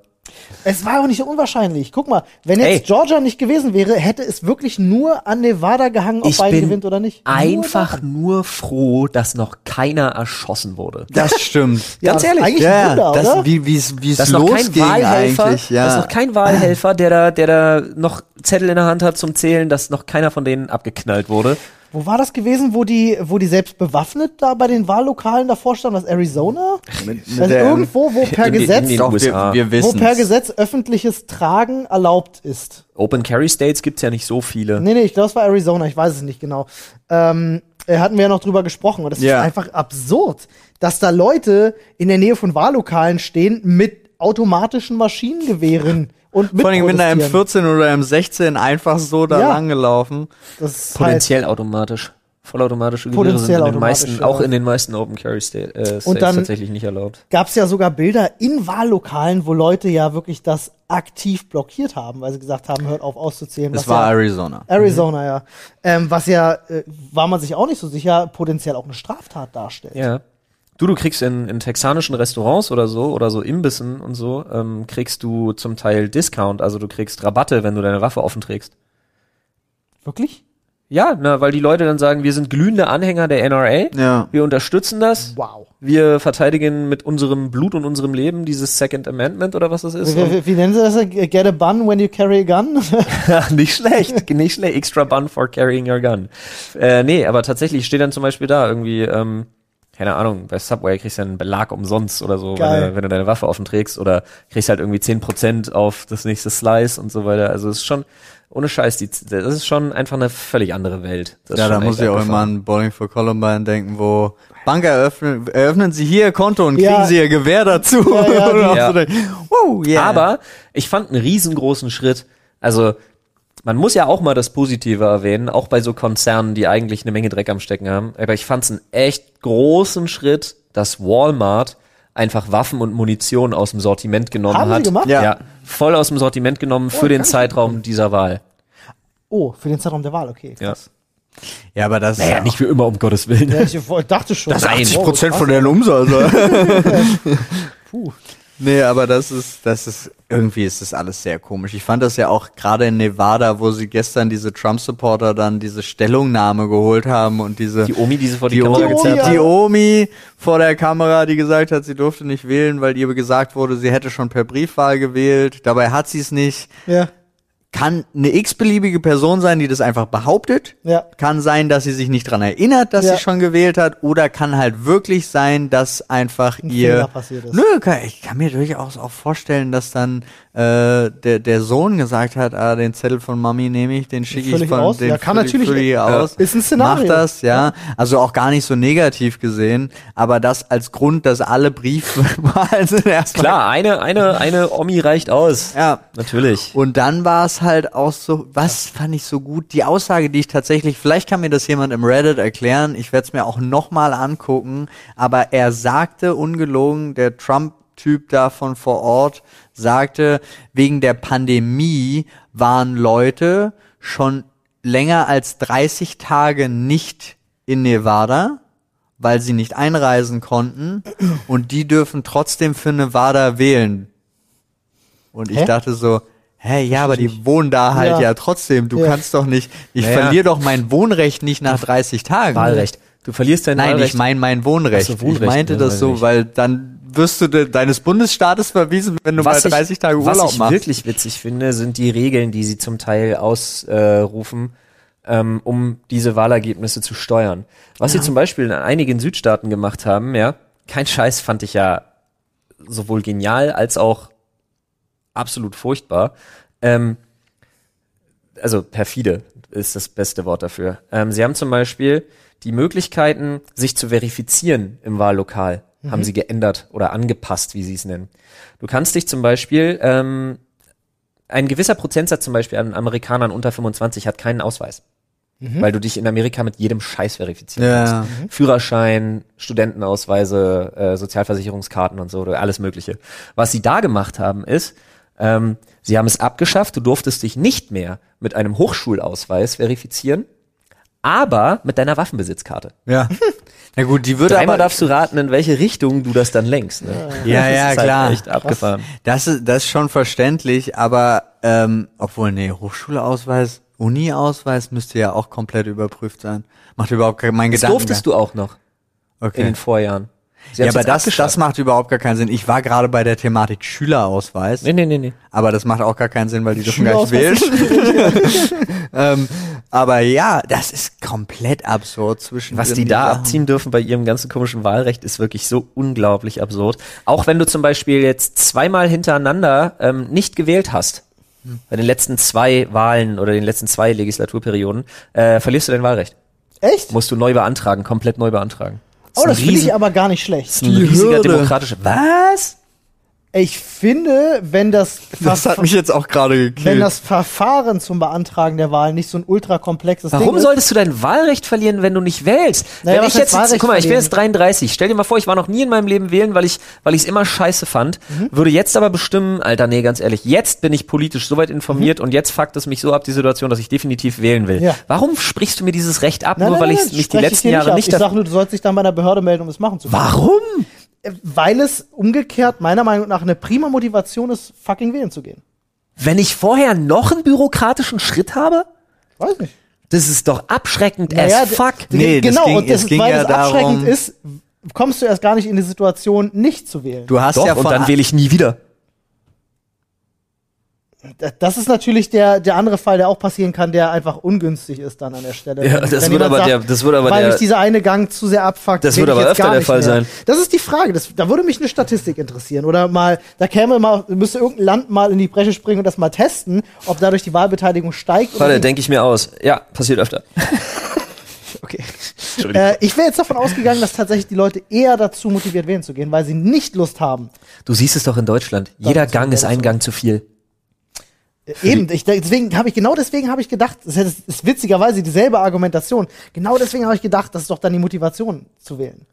Es war auch nicht so unwahrscheinlich. Guck mal, wenn jetzt Ey. Georgia nicht gewesen wäre, hätte es wirklich nur an Nevada gehangen, ob Biden gewinnt oder nicht. Nur einfach daran. nur, froh, dass noch keiner erschossen wurde. das stimmt. Ja, das ist eigentlich ein ja, Wunder, oder? das, wie wie's wie's Dass noch kein losging Wahlhelfer, eigentlich, ja. dass noch kein Wahlhelfer, der da, der da noch Zettel in der Hand hat zum Zählen, dass noch keiner von denen abgeknallt wurde. Wo war das gewesen, wo die, wo die selbst bewaffnet da bei den Wahllokalen davor standen? Was Arizona? mit, mit Also der, irgendwo, wo per ähm, in die- in Gesetz, die- doch, USA. wir, wir wo wissen. per Gesetz öffentliches Tragen erlaubt ist. Open Carry States gibt's ja nicht so viele. Nee, nee, ich glaube, es war Arizona, ich weiß es nicht genau. Ähm, äh, hatten wir ja noch drüber gesprochen. Und das Ja. ist einfach absurd, dass da Leute in der Nähe von Wahllokalen stehen mit automatischen Maschinengewehren und mit Vor allem mit einer protestieren. M14 oder M16 einfach so da Ja. langgelaufen. Das ist halt Potenziell automatisch. Vollautomatische Gewehre sind Potenziell in den automatisch, meisten, ja. auch in den meisten Open Carry State, äh, States dann- tatsächlich nicht erlaubt. gab es ja sogar Bilder in Wahllokalen, wo Leute ja wirklich das aktiv blockiert haben, weil sie gesagt haben, hört auf auszuzählen. Das was war ja, Arizona. Arizona, ja. Ähm, was ja, äh, war man sich auch nicht so sicher, potenziell auch eine Straftat darstellt. Ja. Du, du kriegst in, in texanischen Restaurants oder so, oder so Imbissen und so, ähm, kriegst du zum Teil Discount, also du kriegst Rabatte, wenn du deine Waffe offen trägst. Wirklich? Ja, na, weil die Leute dann sagen, wir sind glühende Anhänger der NRA, Ja. wir unterstützen das, Wow. wir verteidigen mit unserem Blut und unserem Leben dieses Second Amendment oder was das ist. Wie, wie, wie nennen sie das? Get a bun when you carry a gun? Ja, nicht schlecht, nicht schlecht. Extra bun for carrying your gun. Äh, nee, aber tatsächlich steht dann zum Beispiel da irgendwie, ähm, keine Ahnung, bei Subway kriegst du einen Belag umsonst oder so, wenn Geil. du, wenn du deine Waffe offen trägst oder kriegst halt irgendwie 10% auf das nächste Slice und so weiter. Also es ist schon, ohne Scheiß, die, das ist schon einfach eine völlig andere Welt. Das ist Ja, da schon echt muss ich auch immer abgefahren. an Bowling for Columbine denken, wo Bank eröffnen, eröffnen Sie hier Ihr Konto und kriegen Ja. Sie Ihr Gewehr dazu. ja, Und auch ja. so denken, wow, yeah. Aber ich fand einen riesengroßen Schritt. Also man muss ja auch mal das Positive erwähnen, auch bei so Konzernen, die eigentlich eine Menge Dreck am Stecken haben. Aber ich fand es einen echt großen Schritt, dass Walmart einfach Waffen und Munition aus dem Sortiment genommen Haben sie hat. gemacht? Ja. Ja. voll aus dem Sortiment genommen für den Zeitraum dieser Wahl. Oh, für den Zeitraum der Wahl, okay. Ja. ja, aber das Naja, ist nicht für immer, um Gottes Willen. Ja, ich woll- dachte schon. das Nein. 80 Prozent von deren Umsatz. Also. nee, aber das ist, das ist, irgendwie ist das alles sehr komisch. Ich fand das ja auch gerade in Nevada, wo sie gestern diese Trump-Supporter dann diese Stellungnahme geholt haben und diese. Die Omi, die sie vor die, die, Kamera Omi, gezerrt gezerrt hat. hat. die Omi vor der Kamera, die gesagt hat, sie durfte nicht wählen, weil ihr gesagt wurde, sie hätte schon per Briefwahl gewählt. Dabei hat sie es nicht. Ja. kann eine x-beliebige Person sein, die das einfach behauptet. Ja. Kann sein, dass sie sich nicht dran erinnert, dass Ja. sie schon gewählt hat. Oder kann halt wirklich sein, dass einfach ihr. Fehler passiert ist. Nö, kann, ich kann mir durchaus auch vorstellen, dass dann äh, der, der Sohn gesagt hat, ah, den Zettel von Mami nehme ich, den schicke ich Völlig von aus. den Ja, kann fülle- natürlich- fülle ich Ja. aus. Ist ein Mach Szenario. das, ja. Also auch gar nicht so negativ gesehen, aber das als Grund, dass alle Briefwahlen sind erstmal Klar, eine, eine, eine Omi reicht aus. Ja. Natürlich. Und dann war es halt auch so, was fand ich so gut? Die Aussage, die ich tatsächlich, vielleicht kann mir das jemand im Reddit erklären, ich werde es mir auch nochmal angucken, aber er sagte ungelogen, der Trump-Typ da von vor Ort sagte, wegen der Pandemie waren Leute schon länger als 30 Tage nicht in Nevada weil sie nicht einreisen konnten und die dürfen trotzdem für Nevada wählen. Und ich Hä? dachte so, hä, ja, aber die wohnen da halt Ja. ja, trotzdem. Du Ja. kannst doch nicht, ich Naja. verliere doch mein Wohnrecht nicht nach 30 Tagen. Wahlrecht. Du verlierst dein Nein, Wahlrecht. ich meine mein Wohnrecht. Ach so, Wohnrecht, Ich meinte ne, das so, Wahlrecht. weil dann wirst du de deines Bundesstaates verwiesen, wenn du mal 30 Tage Urlaub was ich machst. wirklich witzig finde, sind die Regeln, die sie zum Teil ausrufen, ähm, um diese Wahlergebnisse zu steuern. Was sie zum Beispiel in einigen Südstaaten gemacht haben, ja, kein Scheiß fand ich ja sowohl genial als auch absolut furchtbar. Ähm, also perfide ist das beste Wort dafür. Ähm, sie haben zum Beispiel die Möglichkeiten, sich zu verifizieren im Wahllokal, haben sie geändert oder angepasst, wie sie es nennen. Du kannst dich zum Beispiel, ähm, ein gewisser Prozentsatz zum Beispiel an Amerikanern unter 25 hat keinen Ausweis. Weil du dich in Amerika mit jedem Scheiß verifizieren Ja. kannst. Führerschein, Studentenausweise, äh, Sozialversicherungskarten und so, oder alles Mögliche. Was sie da gemacht haben, ist, ähm, sie haben es abgeschafft, du durftest dich nicht mehr mit einem Hochschulausweis verifizieren, aber mit deiner Waffenbesitzkarte. ja. Na gut, die würde Dreimal aber darfst du raten, in welche Richtung du das dann lenkst. Ne? Ja, Das ja, ist klar. Halt echt abgefahren. Das ist, das ist schon verständlich, aber ähm, obwohl, nee, Hochschulausweis, Uni-Ausweis müsste ja auch komplett überprüft sein. Macht überhaupt keinen meinen Das Gedanken. durftest du auch noch du in okay. den Vorjahren. Sie Ja, haben's aber jetzt das, abgeschafft. das macht überhaupt gar keinen Sinn. Ich war gerade bei der Thematik Schülerausweis, Nee, nee, nee, nee. aber das macht auch gar keinen Sinn, weil die dürfen gar nicht wählen. ähm, aber ja, das ist komplett absurd zwischen Was die da abziehen dürfen bei ihrem ganzen komischen Wahlrecht, ist wirklich so unglaublich absurd. Auch wenn du zum Beispiel jetzt zweimal hintereinander ähm, nicht gewählt hast, bei den letzten zwei Wahlen oder den letzten zwei Legislaturperioden, äh, verlierst du dein Wahlrecht. Echt? Musst du neu beantragen, komplett neu beantragen. Oh, Ist ein das finde riesen- ich aber gar nicht schlecht. ist ein riesiger Hürde. demokratischer. Was? Ich finde, wenn das, Das hat Verfa- mich jetzt auch gerade gekillt. wenn das Verfahren zum Beantragen der Wahl nicht so ein ultrakomplexes Ding Warum ist, solltest du dein Wahlrecht verlieren, wenn du nicht wählst? Naja, wenn was ich jetzt, heißt Wahlrecht guck mal, ich bin verlieren? jetzt 33. Stell dir mal vor, ich war noch nie in meinem Leben wählen, weil ich, weil ich es immer scheiße fand. Mhm. Würde jetzt aber bestimmen, Alter, nee, ganz ehrlich, jetzt bin ich politisch so weit informiert und jetzt fuckt es mich so ab, die Situation, dass ich definitiv wählen will. Mhm. Ja. Warum sprichst du mir dieses Recht ab, Nein, nur nein, weil nein, ich mich die spreche letzten dir Jahre ab. nicht Ich sag nur, du sollst dich dann bei einer Behörde melden, um es machen zu können. Warum? Äh, Weil es umgekehrt meiner Meinung nach eine prima Motivation ist, fucking wählen zu gehen. Wenn ich vorher noch einen bürokratischen Schritt habe? Weiß nicht. Das ist doch abschreckend as d- fuck. d- Nee, das genau, ging- und es das ist, ging weil ja es abschreckend darum- ist, kommst du erst gar nicht in die Situation, nicht zu wählen. du hast Doch, ja und von dann wähle ich nie wieder. D- Das ist natürlich der, der andere Fall, der auch passieren kann, der einfach ungünstig ist dann an der Stelle. Ja, das wird jemand aber der- das wird aber weil der- mich dieser eine Gang zu sehr abfuckt. Das wähl wird ich aber jetzt öfter gar der nicht Fall mehr. sein. Das ist die Frage. Das, da würde mich eine Statistik interessieren. Oder mal, da käme mal, müsste irgendein Land mal in die Bresche springen und das mal testen, ob dadurch die Wahlbeteiligung steigt. oder Warte, nicht. denke ich mir aus. Ja, passiert öfter. okay. Entschuldigung. Äh, ich wäre jetzt davon ausgegangen, dass tatsächlich die Leute eher dazu motiviert wählen zu gehen, weil sie nicht Lust haben. Du siehst es doch in Deutschland. Jeder ist es Gang ist ein so. Gang zu viel. Äh, Eben, ich, deswegen habe ich genau deswegen habe ich gedacht, das ist, das ist witzigerweise dieselbe Argumentation. Genau deswegen habe ich gedacht, das ist doch dann die Motivation zu wählen.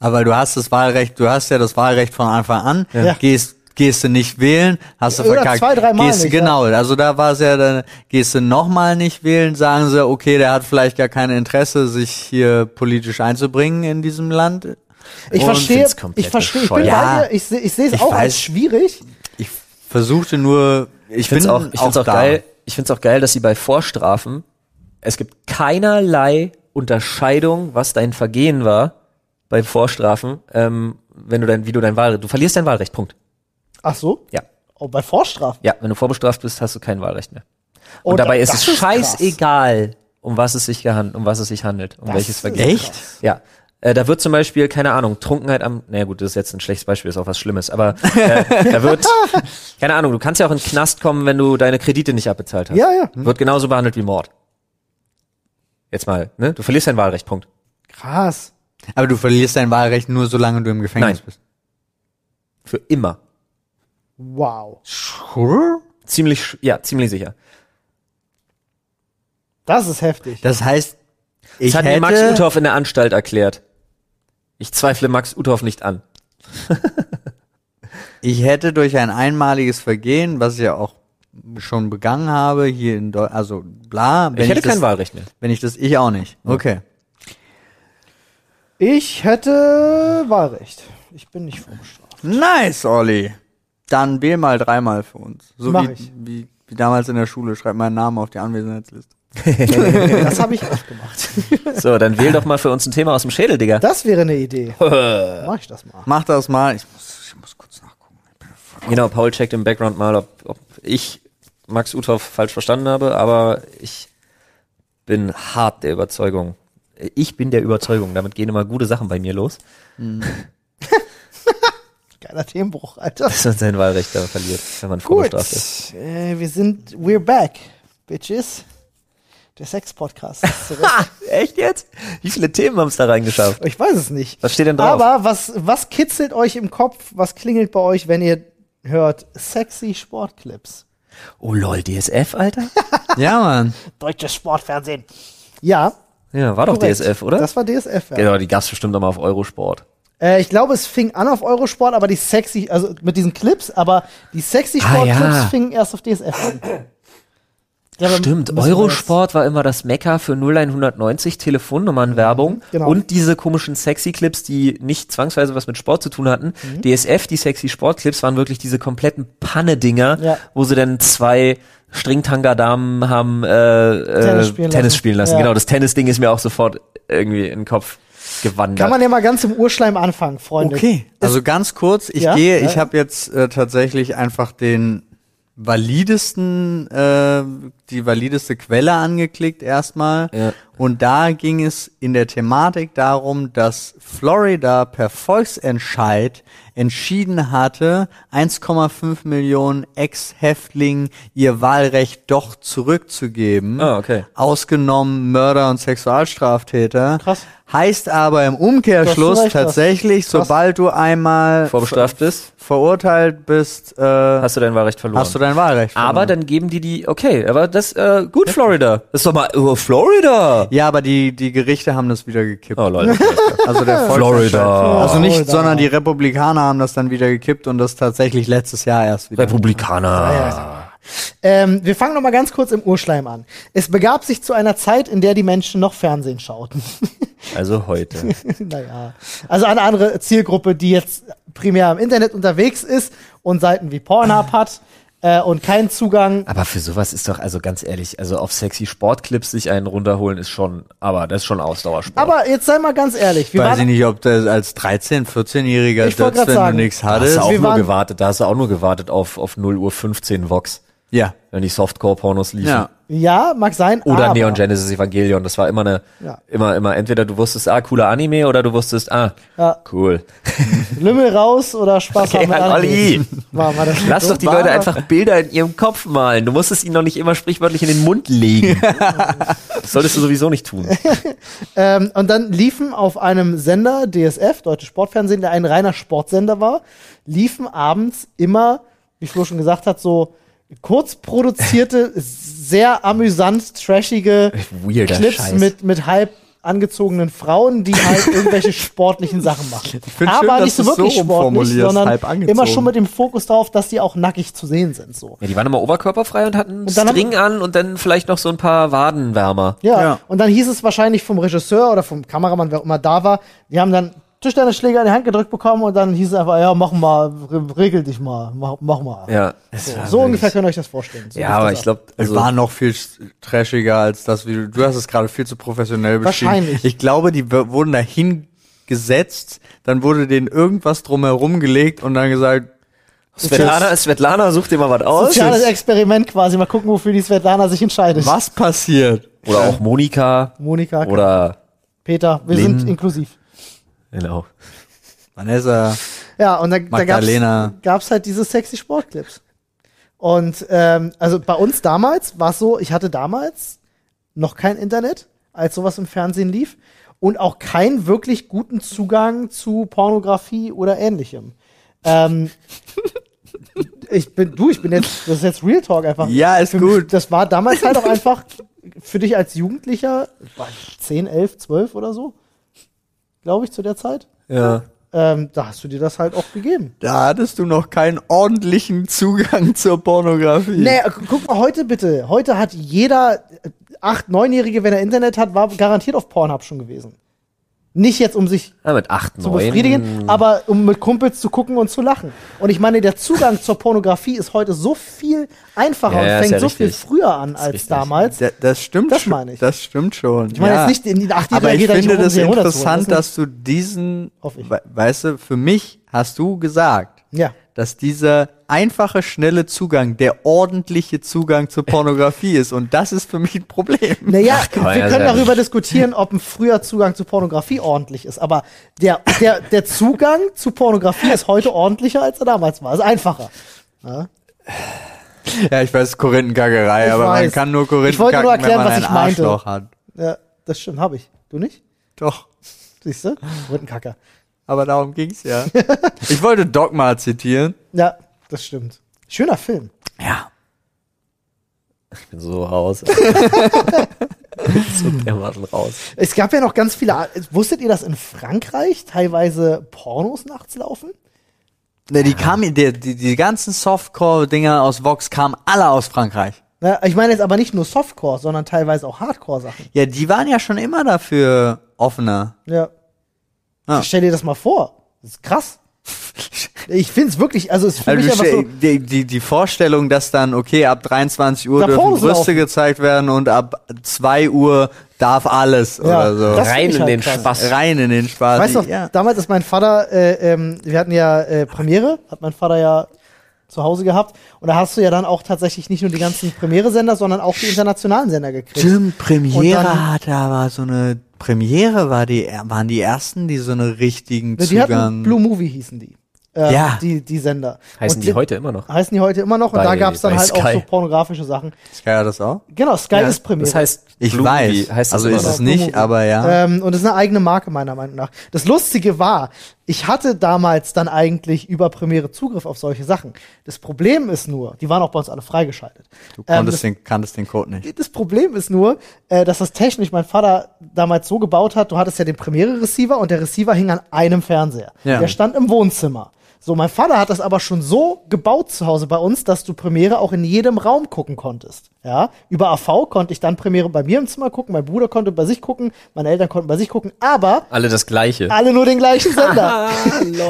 Aber du hast das Wahlrecht, du hast ja das Wahlrecht von Anfang an. Ja. Gehst, gehst du nicht wählen, hast du Oder verkackt. zwei, dreimal gehst, du- nicht, ja. Genau, also da war es ja, dann gehst du nochmal nicht wählen, sagen sie, okay, der hat vielleicht gar kein Interesse, sich hier politisch einzubringen in diesem Land. Ich Und verstehe, find's komplett ich verstehe, ich bin bescheuert. Ja. bei dir, ich, seh- ich sehe es Ich auch als weiß. schwierig. Ich versuchte nur, ich, Ich find's bin auch, ich find's auch da. geil. Ich find's auch geil, dass sie bei Vorstrafen, es gibt keinerlei Unterscheidung, was dein Vergehen war bei Vorstrafen, ähm, wenn du dein, wie du dein Wahlrecht, du verlierst dein Wahlrecht, Punkt. Ach so? Ja. Oh, bei Vorstrafen. Ja, wenn du vorbestraft bist, hast du kein Wahlrecht mehr. Und Oh, da- dabei ist das es ist krass. scheißegal, um was es sich gehand, um was es sich handelt, um Das welches ist Vergehen. Echt? Ja. Äh, da wird zum Beispiel, keine Ahnung, Trunkenheit am, naja gut, das ist jetzt ein schlechtes Beispiel, ist auch was Schlimmes, aber äh, da wird, keine Ahnung, du kannst ja auch in den Knast kommen, wenn du deine Kredite nicht abbezahlt hast. Ja, ja. Wird genauso behandelt wie Mord. Jetzt mal, ne? Du verlierst dein Wahlrecht, Punkt. Krass. Aber du verlierst dein Wahlrecht nur, solange du im Gefängnis Nein. bist. Für immer. Wow. Sure? Ziemlich, sch- ja, ziemlich sicher. Das ist heftig. Das heißt, ich Das hat mir hätte... Max Uthoff in der Anstalt erklärt. Ich zweifle Max Uthoff nicht an. Ich hätte durch ein einmaliges Vergehen, was ich ja auch schon begangen habe, hier in Deu also bla, wenn ich hätte das, kein Wahlrecht mehr. Wenn ich das, ich auch nicht. Okay. Ich hätte Wahlrecht. Ich bin nicht vorbestraft. Nice, Olli. Dann wähl mal dreimal für uns. So Mach wie, ich. wie, wie damals in der Schule, schreib meinen Namen auf die Anwesenheitsliste. Das habe ich auch gemacht. So, dann wähl doch mal für uns ein Thema aus dem Schädel, Digga. Das wäre eine Idee. Mach ich das mal. Mach das mal. Ich muss, ich muss kurz nachgucken. Genau, Paul checkt im Background mal, ob, ob ich Max Uthoff falsch verstanden habe, aber ich bin hart der Überzeugung. Ich bin der Überzeugung, damit gehen immer gute Sachen bei mir los, Geiler Themenbruch, Alter. dass man sein Wahlrecht da verliert, wenn man Gut. vorbestraft ist. Äh, wir sind, we're back, bitches. Der Sex-Podcast ist zurück. Ha! Echt jetzt? Wie viele Themen haben es da reingeschafft? Ich weiß es nicht. Was steht denn drauf? Aber was, was kitzelt euch im Kopf? Was klingelt bei euch, wenn ihr hört sexy Sportclips? Oh lol, DSF, Alter? Ja, Mann. Deutsches Sportfernsehen. Ja. Ja, war doch korrekt. DSF, oder? Das war DSF, ja. genau, die gab's bestimmt nochmal auf Eurosport. Äh, ich glaube, es fing an auf Eurosport, aber die sexy, also mit diesen Clips, aber die sexy Sportclips Ah, ja. fingen erst auf DSF an. Ja, aber Stimmt, müssen wir Eurosport war immer das Mecker für 0190 Telefonnummernwerbung Genau. und diese komischen sexy Clips, die nicht zwangsweise was mit Sport zu tun hatten. Mhm. DSF, die sexy Sportclips waren wirklich diese kompletten Panne-Dinger, Ja. wo sie dann zwei Stringtanga-Damen haben äh, Tennis Tennis, äh, spielen spielen, Tennis lassen. spielen lassen. Ja. Genau, das Tennis-Ding ist mir auch sofort irgendwie in den Kopf gewandert. Kann man ja mal ganz im Urschleim anfangen, Freunde. Okay. Also ganz kurz, ich Ja? gehe, Ja, ich ja. habe jetzt äh, tatsächlich einfach den validesten, äh, die valideste Quelle angeklickt erstmal. Ja. Und da ging es in der Thematik darum, dass Florida per Volksentscheid entschieden hatte, 1,5 Millionen Ex-Häftlingen ihr Wahlrecht doch zurückzugeben. Ah, okay. Ausgenommen Mörder und Sexualstraftäter. Krass. Heißt aber im Umkehrschluss Du hast recht, das- tatsächlich, sobald du einmal Vorbestraft bist, ver- verurteilt bist, äh, hast, hast du dein Wahlrecht verloren. du dein Wahlrecht aber verloren. dann geben die die, okay, aber das, äh, gut, Florida. Das ist doch mal, oh, Florida! ja, aber die, die Gerichte haben das wieder gekippt. Oh, Leute. Also der Volksentscheid. Florida. Also nicht, Florida. sondern die Republikaner haben das dann wieder gekippt und das tatsächlich letztes Jahr erst wieder. Republikaner. Ähm, wir fangen noch mal ganz kurz im Urschleim an. Es begab sich zu einer Zeit, in der die Menschen noch Fernsehen schauten. Also heute. naja. Also eine andere Zielgruppe, die jetzt primär im Internet unterwegs ist und Seiten wie Pornhub hat äh, und keinen Zugang. Aber für sowas ist doch, also ganz ehrlich, also auf sexy Sportclips sich einen runterholen ist schon, aber das ist schon Ausdauersport. Aber jetzt sei mal ganz ehrlich. Wir Weiß ich waren, nicht, ob das als 13-, 14-Jähriger, Ich wollt selbst grad wenn sagen, du nichts da hast hattest. du auch wir nur waren- gewartet, da hast du auch nur gewartet auf, auf 0 Uhr 15 Vox, ja. wenn die Softcore-Pornos liefen. Ja. ja, mag sein. Oder aber, Neon Genesis Evangelion, das war immer eine, Ja. immer, immer, entweder du wusstest, ah, cooler Anime, oder du wusstest, ah, Ja. cool. Lümmel raus oder Spaß Okay, haben mit Herr anderen. Olli. War mal das Lass doch die war Leute das. einfach Bilder in ihrem Kopf malen. Du musst es ihnen noch nicht immer sprichwörtlich in den Mund legen. Das solltest du sowieso nicht tun. Ähm, und dann liefen auf einem Sender, DSF, Deutsche Sportfernsehen, der ein reiner Sportsender war, liefen abends immer, wie Flo schon gesagt hat, so kurz produzierte, sehr amüsant, trashige Weirder Clips Scheiß. mit, mit halb angezogenen Frauen, die halt irgendwelche sportlichen Sachen machen. find schön, Aber dass nicht so du's so wirklich sportlich, umformulierst, sondern halb angezogen. immer schon mit dem Fokus darauf, dass die auch nackig zu sehen sind. So. Ja, die waren immer oberkörperfrei und hatten Und dann String an und dann vielleicht noch so ein paar Wadenwärmer. Ja. Ja. und dann hieß es wahrscheinlich vom Regisseur oder vom Kameramann, wer auch immer da war, die haben dann Tischtennisschläger in die Hand gedrückt bekommen und dann hieß es einfach, ja, mach mal, re- regel dich mal, mach, mach mal. Ja, So, so ungefähr könnt ihr euch das vorstellen. So ja lief das aber ab. ich glaube, Es also, war noch viel sch- trashiger als das, wie du, du hast es gerade viel zu professionell beschrieben. Wahrscheinlich. Ich glaube, die w- wurden dahin gesetzt, dann wurde denen irgendwas drumherum gelegt und dann gesagt, Svetlana, Svetlana sucht dir mal was aus. Soziales Experiment quasi. Mal gucken, wofür die Svetlana sich entscheidet. Was passiert? Oder auch Monika. Monika, Oder, Peter, wir Lynn. sind inklusiv. genau. Vanessa. Ja, und dann, dann Magdalena. gab's, gab's halt diese sexy Sportclips. Und ähm, also bei uns damals war es so, ich hatte damals noch kein Internet, als sowas im Fernsehen lief und auch keinen wirklich guten Zugang zu Pornografie oder ähnlichem. Ähm, ich bin du, ich bin jetzt, das ist jetzt Real Talk einfach. Ja, ist Für mich- gut. Das war damals halt auch einfach für dich als Jugendlicher, war ich 10, 11, 12 oder so, glaube ich, zu der Zeit Ja. ähm, da hast du dir das halt auch gegeben. Da hattest du noch keinen ordentlichen Zugang zur Pornografie. Nee, äh, gu- guck mal heute bitte. Heute hat jeder äh, acht, neunjährige, wenn er Internet hat, war garantiert auf Pornhub schon gewesen. Nicht jetzt um sich ja mit acht, zu neun. befriedigen, aber um mit Kumpels zu gucken und zu lachen. Und ich meine, der Zugang zur Pornografie ist heute so viel einfacher Ja, ja, und ist fängt ja so viel richtig. früher an als richtig. damals. Da, das stimmt Das schon. meine ich. Das stimmt schon. Ich meine jetzt nicht, in die Aber Achtjährige ich geht da nicht finde rum, um das sie runterzuholen. interessant, Das dass du diesen, Hoffe ich. we- weißt du, für mich hast du gesagt, ist- Ja. dass dieser einfache, schnelle Zugang der ordentliche Zugang zur Pornografie ist. Und das ist für mich ein Problem. Naja, Ach, komm, wir ja, können ja. darüber diskutieren, ob ein früher Zugang zu Pornografie ordentlich ist. Aber der, der, der Zugang zu Pornografie ist heute ordentlicher, als er damals war. Ist einfacher. Ja, ich weiß, Korinthenkackerei, Ich aber man weiß. kann nur Ich wollte Korinthenkacken, nur erklären, wenn man was ein ich meinte. Arschloch hat. Ja, das stimmt, habe ich. Du nicht? Doch, Siehst du? Rückenkacker. aber darum ging's ja. ich wollte Dogma zitieren. Ja, das stimmt. Schöner Film. Ja. Ich bin so raus. so dermaßen raus. Es gab ja noch ganz viele. Ar- Wusstet ihr, dass in Frankreich teilweise Pornos nachts laufen? Ne, die kamen, die, die, die ganzen Softcore-Dinger aus Vox kamen alle aus Frankreich. Na, ich meine jetzt aber nicht nur Softcore, sondern teilweise auch Hardcore-Sachen. Ja, die waren ja schon immer dafür offener. Ja. Ah. Stell dir das mal vor. Das ist krass. Ich finde es wirklich, also es fühlt Also du mich einfach stell- so. die, die, die Vorstellung, dass dann, okay, ab 23 Uhr Da dürfen Pornos Brüste laufen. gezeigt werden und ab 2 Uhr darf alles oder so. das Rein find ich in halt den krass. Spaß. Rein in den Spaß. Weißt du, noch, ja. damals ist mein Vater, äh, ähm, wir hatten ja äh, Premiere, hat mein Vater ja zu Hause gehabt. Und da hast du ja dann auch tatsächlich nicht nur die ganzen Premiere-Sender, sondern auch die internationalen Sender gekriegt. Stimmt, Und Premiere dann- hat da war so eine Premiere war die waren die ersten, die so eine richtigen Ne, Die hatten Zugang. Blue Movie hießen die. Äh, Ja. Die, die Sender. Heißen Und die heute immer noch? Heißen die heute immer noch und Bei- da gab es dann bei halt auch Sky. so pornografische Sachen. Sky hat das auch? Genau, Sky ist Premiere. Das heißt, Ich Blue weiß. Movie heißt das also immer ist noch. es nicht, aber ja. Ähm, und es ist eine eigene Marke, meiner Meinung nach. Das Lustige war, ich hatte damals dann eigentlich über Premiere Zugriff auf solche Sachen. Das Problem ist nur, die waren auch bei uns alle freigeschaltet. du ähm, konntest den, kanntest den Code nicht. Äh, das, das Problem ist nur, äh, dass das technisch mein Vater damals so gebaut hat, du hattest ja den Premiere-Receiver und der Receiver hing an einem Fernseher. Ja. Der stand im Wohnzimmer. So, mein Vater hat das aber schon so gebaut zu Hause bei uns, dass du Premiere auch in jedem Raum gucken konntest. Ja, über AV konnte ich dann Premiere bei mir im Zimmer gucken, mein Bruder konnte bei sich gucken, meine Eltern konnten bei sich gucken, aber Alle das Gleiche. alle nur den gleichen Sender.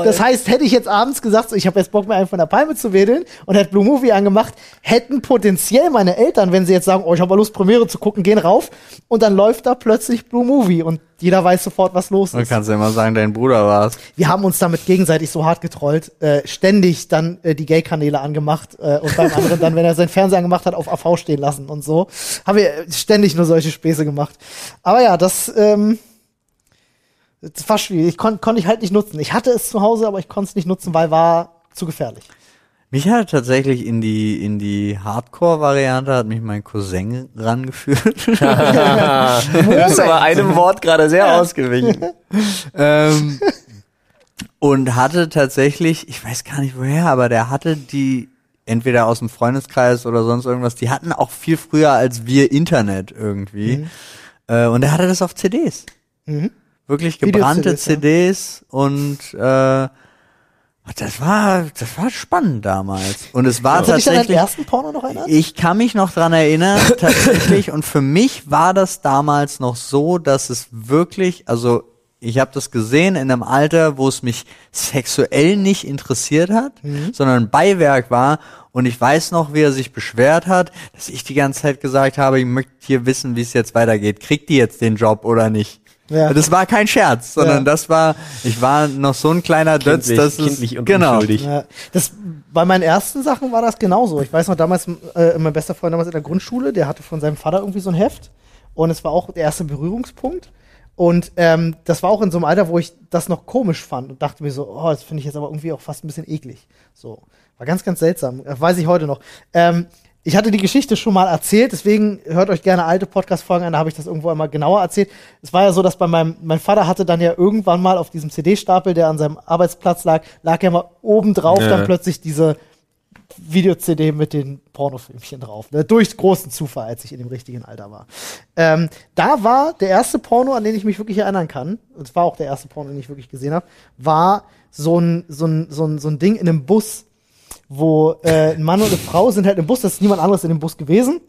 das heißt, hätte ich jetzt abends gesagt, so, ich habe jetzt Bock, mir einen von der Palme zu wedeln und hätte Blue Movie angemacht, hätten potenziell meine Eltern, wenn sie jetzt sagen, oh, ich habe mal Lust, Premiere zu gucken, gehen rauf und dann läuft da plötzlich Blue Movie und jeder weiß sofort, was los Du ist. kannst ja immer sagen, dein Bruder war's. Wir haben uns damit gegenseitig so hart getrollt, äh, ständig dann äh, die Gay-Kanäle angemacht äh, und beim anderen dann, wenn er seinen Fernseher angemacht hat, auf AV stehen lassen und so. Haben wir äh, ständig nur solche Späße gemacht. Aber ja, das, ähm, das war schwierig. Konnte konnt ich halt nicht nutzen. Ich hatte es zu Hause, aber ich konnte es nicht nutzen, weil war zu gefährlich. Mich hat tatsächlich in die in die Hardcore-Variante hat mich mein Cousin rangeführt. Du bist aber einem Wort gerade sehr ausgewichen. ähm, und hatte tatsächlich, ich weiß gar nicht woher, aber der hatte die entweder aus dem Freundeskreis oder sonst irgendwas, die hatten auch viel früher als wir Internet irgendwie. Mhm. Äh, und er hatte das auf CDs. Wirklich gebrannte CDs und äh, das war das war spannend damals. Und es war Hatte dich an halt deinen tatsächlich ersten Porno noch erinnert? ich kann mich noch dran erinnern, tatsächlich. Und für mich war das damals noch so, dass es wirklich, also ich habe das gesehen in einem Alter, wo es mich sexuell nicht interessiert hat, Mhm. sondern ein Beiwerk war. Und ich weiß noch, wie er sich beschwert hat, dass ich die ganze Zeit gesagt habe, ich möchte hier wissen, wie es jetzt weitergeht. Kriegt die jetzt den Job oder nicht? Ja. Das war kein Scherz, sondern Ja. das war, ich war noch so ein kleiner Dötz, Kindlich- dass es, kindlich und genau. unschuldig. Ja, das, bei meinen ersten Sachen war das genauso. Ich weiß noch, damals, äh, mein bester Freund damals in der Grundschule, der hatte von seinem Vater irgendwie so ein Heft. Und es war auch der erste Berührungspunkt. Und ähm, das war auch in so einem Alter, wo ich das noch komisch fand und dachte mir so, oh, das finde ich jetzt aber irgendwie auch fast ein bisschen eklig. So. War ganz, ganz seltsam. Äh, Weiß ich heute noch. Ähm, ich hatte die Geschichte schon mal erzählt, deswegen hört euch gerne alte Podcast-Folgen an, da habe ich das irgendwo einmal genauer erzählt. Es war ja so, dass bei meinem, mein Vater hatte dann ja irgendwann mal auf diesem CD-Stapel, der an seinem Arbeitsplatz lag, lag ja mal oben drauf Ja. dann plötzlich diese Video-CD mit den Pornofilmchen drauf. Ne? Durch großen Zufall, als ich in dem richtigen Alter war. Ähm, da war der erste Porno, an den ich mich wirklich erinnern kann, und es war auch der erste Porno, den ich wirklich gesehen habe, war so ein, so ein, so ein, so ein Ding in einem Bus wo äh, ein Mann und eine Frau sind halt im Bus, das ist niemand anderes in dem Bus gewesen.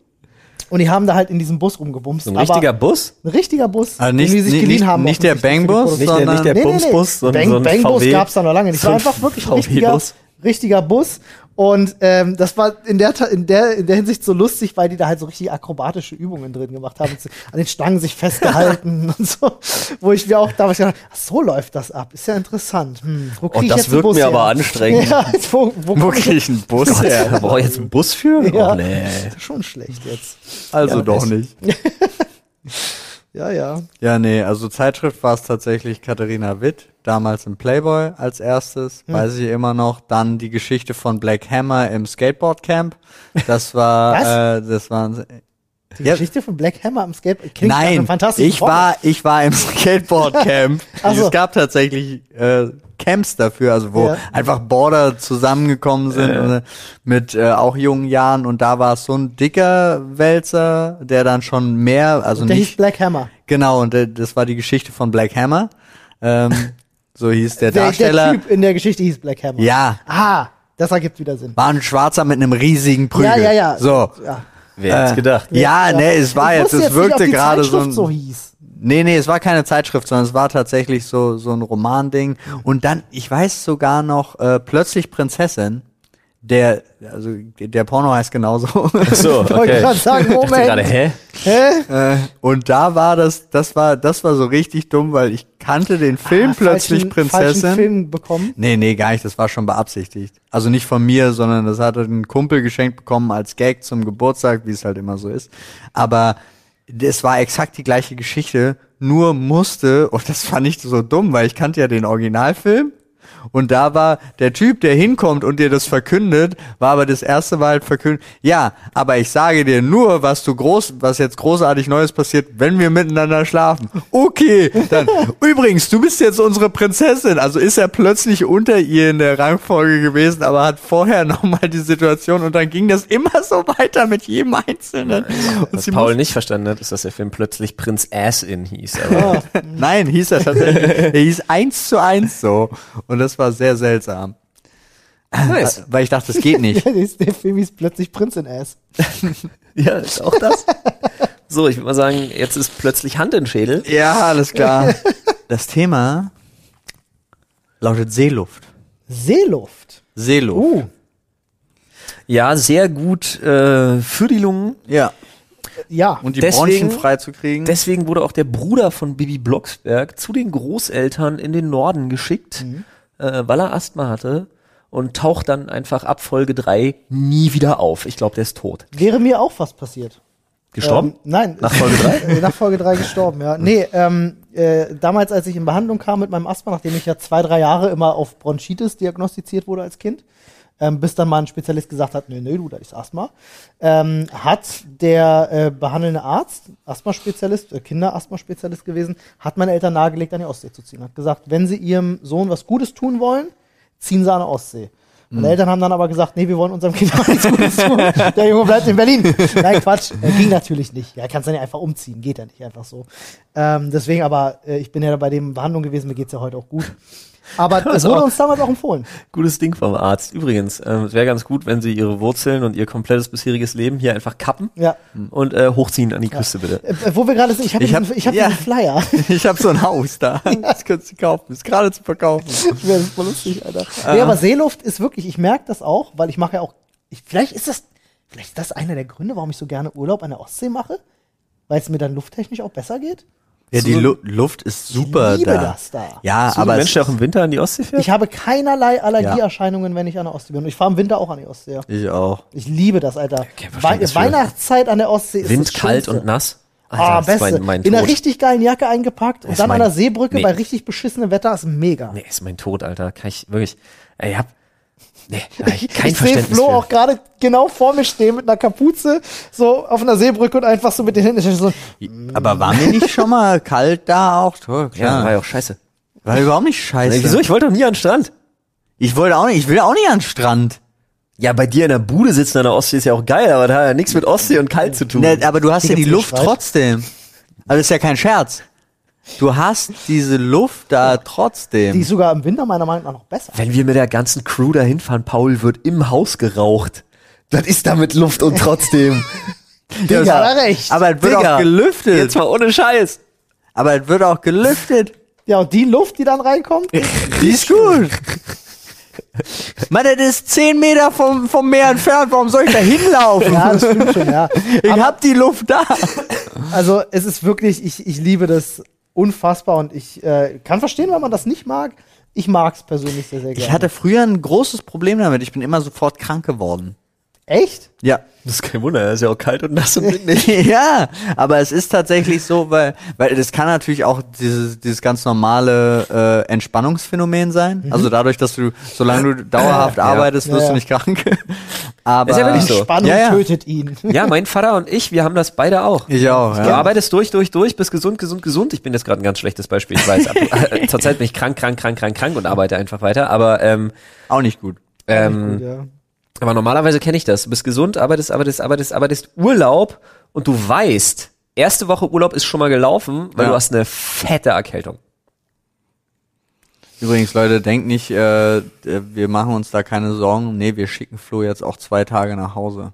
Und die haben da halt in diesem Bus rumgebumst. So ein richtiger aber Bus? ein richtiger Bus, Also nicht, den die sich nicht, geliehen nicht, haben. nicht der offensichtlich für die Bangbus, Produktion. Nicht der- sondern nicht der- Bumsbus, so ein- Bang, so ein Bangbus VW. gab's da noch lange nicht. So war ein einfach wirklich ein VW richtiger, Bus. richtiger Bus. Und ähm, das war in der, Ta- in, der, in der Hinsicht so lustig, weil die da halt so richtig akrobatische Übungen drin gemacht haben. Sie- An den Stangen sich festgehalten und so. Wo ich mir auch damals gedacht habe, ach, so läuft das ab. Ist ja interessant. Hm, wo krieg Oh, ich das jetzt einen wirkt Bus mir her? aber anstrengend. Ja, wo, wo, wo komm ich krieg ich einen Bus her? Da brauche ich jetzt einen Bus für? Ja. Oh, nee. Das ist schon schlecht jetzt. Also Ja, doch das- nicht. Ja, ja. Ja, nee, also Zeitschrift war es tatsächlich Katharina Witt, damals im Playboy als erstes, Hm. weiß ich immer noch. Dann die Geschichte von Black Hammer im Skateboardcamp. Das war, äh, das waren. Die Ja. Geschichte von Black Hammer am Skateboard klingt nach einem Nein, fantastischen ich war, ich war im Skateboardcamp. Ach so. Es gab tatsächlich äh, Camps dafür, also wo Ja. einfach Border zusammengekommen sind äh, mit äh, auch jungen Jahren und da war es so ein dicker Wälzer, der dann schon mehr, also Der hieß nicht Black Hammer. Genau, und äh, das war die Geschichte von Black Hammer. Ähm, so hieß der Der, Darsteller. der Typ in der Geschichte hieß Black Hammer. ja, Ah, das ergibt wieder Sinn. war ein Schwarzer mit einem riesigen Prügel. Ja, ja, ja. So. Ja, Wer hätte Äh, gedacht? Ja, Ja. nee, es war Ich jetzt, wusste es nicht, ob wirkte die gerade so ein. Zeitschrift so hieß. Nee, nee, es war keine Zeitschrift, sondern es war tatsächlich so, so ein Romanding. Und dann, ich weiß sogar noch, äh, plötzlich Prinzessin, der, also der Porno heißt genauso. So, Wollte okay. ich gerade Ich sagen, dachte gerade, Moment. hä? Hä? Äh, und da war das, das war, das war so richtig dumm, weil ich kannte den Film Ah, plötzlich falschen, Prinzessin. Falschen Film bekommen. Nee, nee, gar nicht. Das war schon beabsichtigt. Also nicht von mir, sondern das hatte ein Kumpel geschenkt bekommen als Gag zum Geburtstag, wie es halt immer so ist. Aber es war exakt die gleiche Geschichte, nur musste, und das fand ich so dumm, weil ich kannte ja den Originalfilm. Und da war der Typ, der hinkommt und dir das verkündet, war aber das erste Mal halt verkündet, ja, aber ich sage dir nur, was du groß, was jetzt großartig Neues passiert, wenn wir miteinander schlafen. Okay, dann, übrigens, du bist jetzt unsere Prinzessin, also ist er plötzlich unter ihr in der Rangfolge gewesen, aber hat vorher nochmal die Situation und dann ging das immer so weiter mit jedem Einzelnen. Und Was sie Paul nicht verstanden hat, ist, dass der Film plötzlich Prinz Ass-In hieß. Aber musste, nein, hieß er tatsächlich, er hieß eins zu eins so. Und das war sehr seltsam. nice. Weil ich dachte, das geht nicht. Ja, der- der Film hieß plötzlich Prinz in Ass. Ja, ist auch das. So, ich würde mal sagen, jetzt ist plötzlich Hand in den Schädel. Ja, alles klar. Das Thema lautet Seeluft. Seeluft. Seeluft. Uh, Ja, sehr gut äh, für die Lungen. Ja. ja. Und die Deswegen- Bronchien freizukriegen. Deswegen wurde auch der Bruder von Bibi Blocksberg zu den Großeltern in den Norden geschickt, äh, weil er Asthma hatte und taucht dann einfach ab Folge 3 nie wieder auf. Ich glaube, der ist tot. Wäre mir auch was passiert. Gestorben? Ähm, nein. Nach Folge drei? Äh, Nach Folge 3 gestorben, ja. Nee, ähm, äh, damals, als ich in Behandlung kam mit meinem Asthma, nachdem ich ja zwei, drei Jahre immer auf Bronchitis diagnostiziert wurde als Kind, ähm, bis dann mal ein Spezialist gesagt hat, nee, nee, du, da ist Asthma, ähm, hat der äh, behandelnde Arzt, Asthmaspezialist, äh, Kinderasthmaspezialist gewesen, hat meine Eltern nahegelegt, an die Ostsee zu ziehen. Hat gesagt, wenn sie ihrem Sohn was Gutes tun wollen, ziehen sie an die Ostsee. Meine Eltern haben dann aber gesagt, nee, wir wollen unserem Kind auch nichts Gutes tun. Der Junge bleibt in Berlin. Nein, Quatsch. Äh, ging natürlich nicht. Ja, kannst du nicht einfach umziehen. Geht ja nicht einfach so. Ähm, deswegen aber, äh, ich bin ja bei dem in Behandlung gewesen, mir geht's ja heute auch gut. Aber das auch- wurde uns damals auch empfohlen. Gutes Ding vom Arzt. Übrigens, ähm, es wäre ganz gut, wenn Sie Ihre Wurzeln und Ihr komplettes bisheriges Leben hier einfach kappen Ja. und äh, hochziehen an die Küste, bitte. Äh, wo wir gerade sind, ich habe Ich ich hab- hab, ich hab ja. diesen Flyer. ich habe so ein Haus da. Das könntest du kaufen. Ist gerade zu verkaufen. Wäre voll lustig, Alter. Nee, aber Seeluft ist wirklich, ich merke das auch, weil ich mache ja auch, ich, vielleicht ist das, vielleicht ist das einer der Gründe, warum ich so gerne Urlaub an der Ostsee mache, weil es mir dann lufttechnisch auch besser geht. Ja, die so- Lu Luft ist super liebe da. das da. Ja, Bist du so aber ein es Mensch, der auch im Winter an die Ostsee fährt? Ich habe keinerlei Allergieerscheinungen, wenn ich an der Ostsee bin. Und ich fahre im Winter auch an die Ostsee. ich auch. Ich liebe das, Alter. Okay, Wei verstehe das Weihnachtszeit an der Ostsee ist Wind, das kalt Schönste. und nass. Ah, das ist beste. mein, mein In einer Tod. richtig geilen Jacke eingepackt und ist dann an mein- der Seebrücke Nee. bei richtig beschissenem Wetter ist mega. Nee, ist mein Tod, Alter. Kann ich wirklich. Ey, hab. Nee, da hab ich kein ich sehe Verständnis. Flo für. auch gerade genau vor mir stehen mit einer Kapuze, so auf einer Seebrücke und einfach so mit den Händen. So, Aber war mir nicht schon mal kalt da auch? Toll, ja, klar. war war, ja auch scheiße. überhaupt nicht scheiße. Ey, wieso? Ich wollte doch nie an den Strand. Ich wollte auch nicht, ich will auch nicht an den Strand. Ja, bei dir in der Bude sitzen an der Ostsee ist ja auch geil, aber da hat ja nichts mit Ostsee und kalt zu tun. Ne, aber du hast Hier ja die gibt's einen Luft Streit. trotzdem. Also ist ja kein Scherz. Du hast diese Luft da trotzdem. die ist sogar im Winter meiner Meinung nach noch besser. Wenn wir mit der ganzen Crew dahin fahren, Paul wird im Haus geraucht. Das ist da mit Luft und trotzdem. Digga, hat er recht. aber es wird Digga, auch gelüftet. Jetzt mal ohne Scheiß. Aber es wird auch gelüftet. Ja, und die Luft, die dann reinkommt, Die ist gut. Mann, das ist 10 Meter vom, vom Meer entfernt. Warum soll ich da hinlaufen? ja, das stimmt schon, ja. ich hab die Luft da. Also es ist wirklich, ich, ich liebe das unfassbar und ich äh, kann verstehen, wenn man das nicht mag. Ich mag's persönlich sehr, sehr gerne. Ich hatte früher ein großes Problem damit. Ich bin immer sofort krank geworden. Echt? Ja. Das ist kein Wunder, er ist ja auch kalt und nass und windig. ja, aber es ist tatsächlich so, weil, weil das kann natürlich auch dieses, dieses ganz normale äh, Entspannungsphänomen sein. Also dadurch, dass du, solange du dauerhaft arbeitest, wirst Ja, ja. du nicht krank. aber Ist ja wirklich so. Spannung Ja, ja. tötet ihn. Ja, mein Vater und ich, wir haben das beide auch. Ich auch, Du ja. arbeitest durch, durch, durch, bist gesund, gesund, gesund. Ich bin jetzt gerade ein ganz schlechtes Beispiel, ich weiß. Ab- äh, Zurzeit bin ich krank, krank, krank, krank, krank und arbeite einfach weiter. Aber, ähm, Auch nicht gut. ähm, Gut, ja. aber normalerweise kenne ich das. Du bist gesund, arbeitest, arbeitest, arbeitest, arbeitest Urlaub und du weißt, erste Woche Urlaub ist schon mal gelaufen, weil Ja. du hast eine fette Erkältung. Übrigens, Leute, denkt nicht, äh, wir machen uns da keine Sorgen. Nee, wir schicken Flo jetzt auch zwei Tage nach Hause.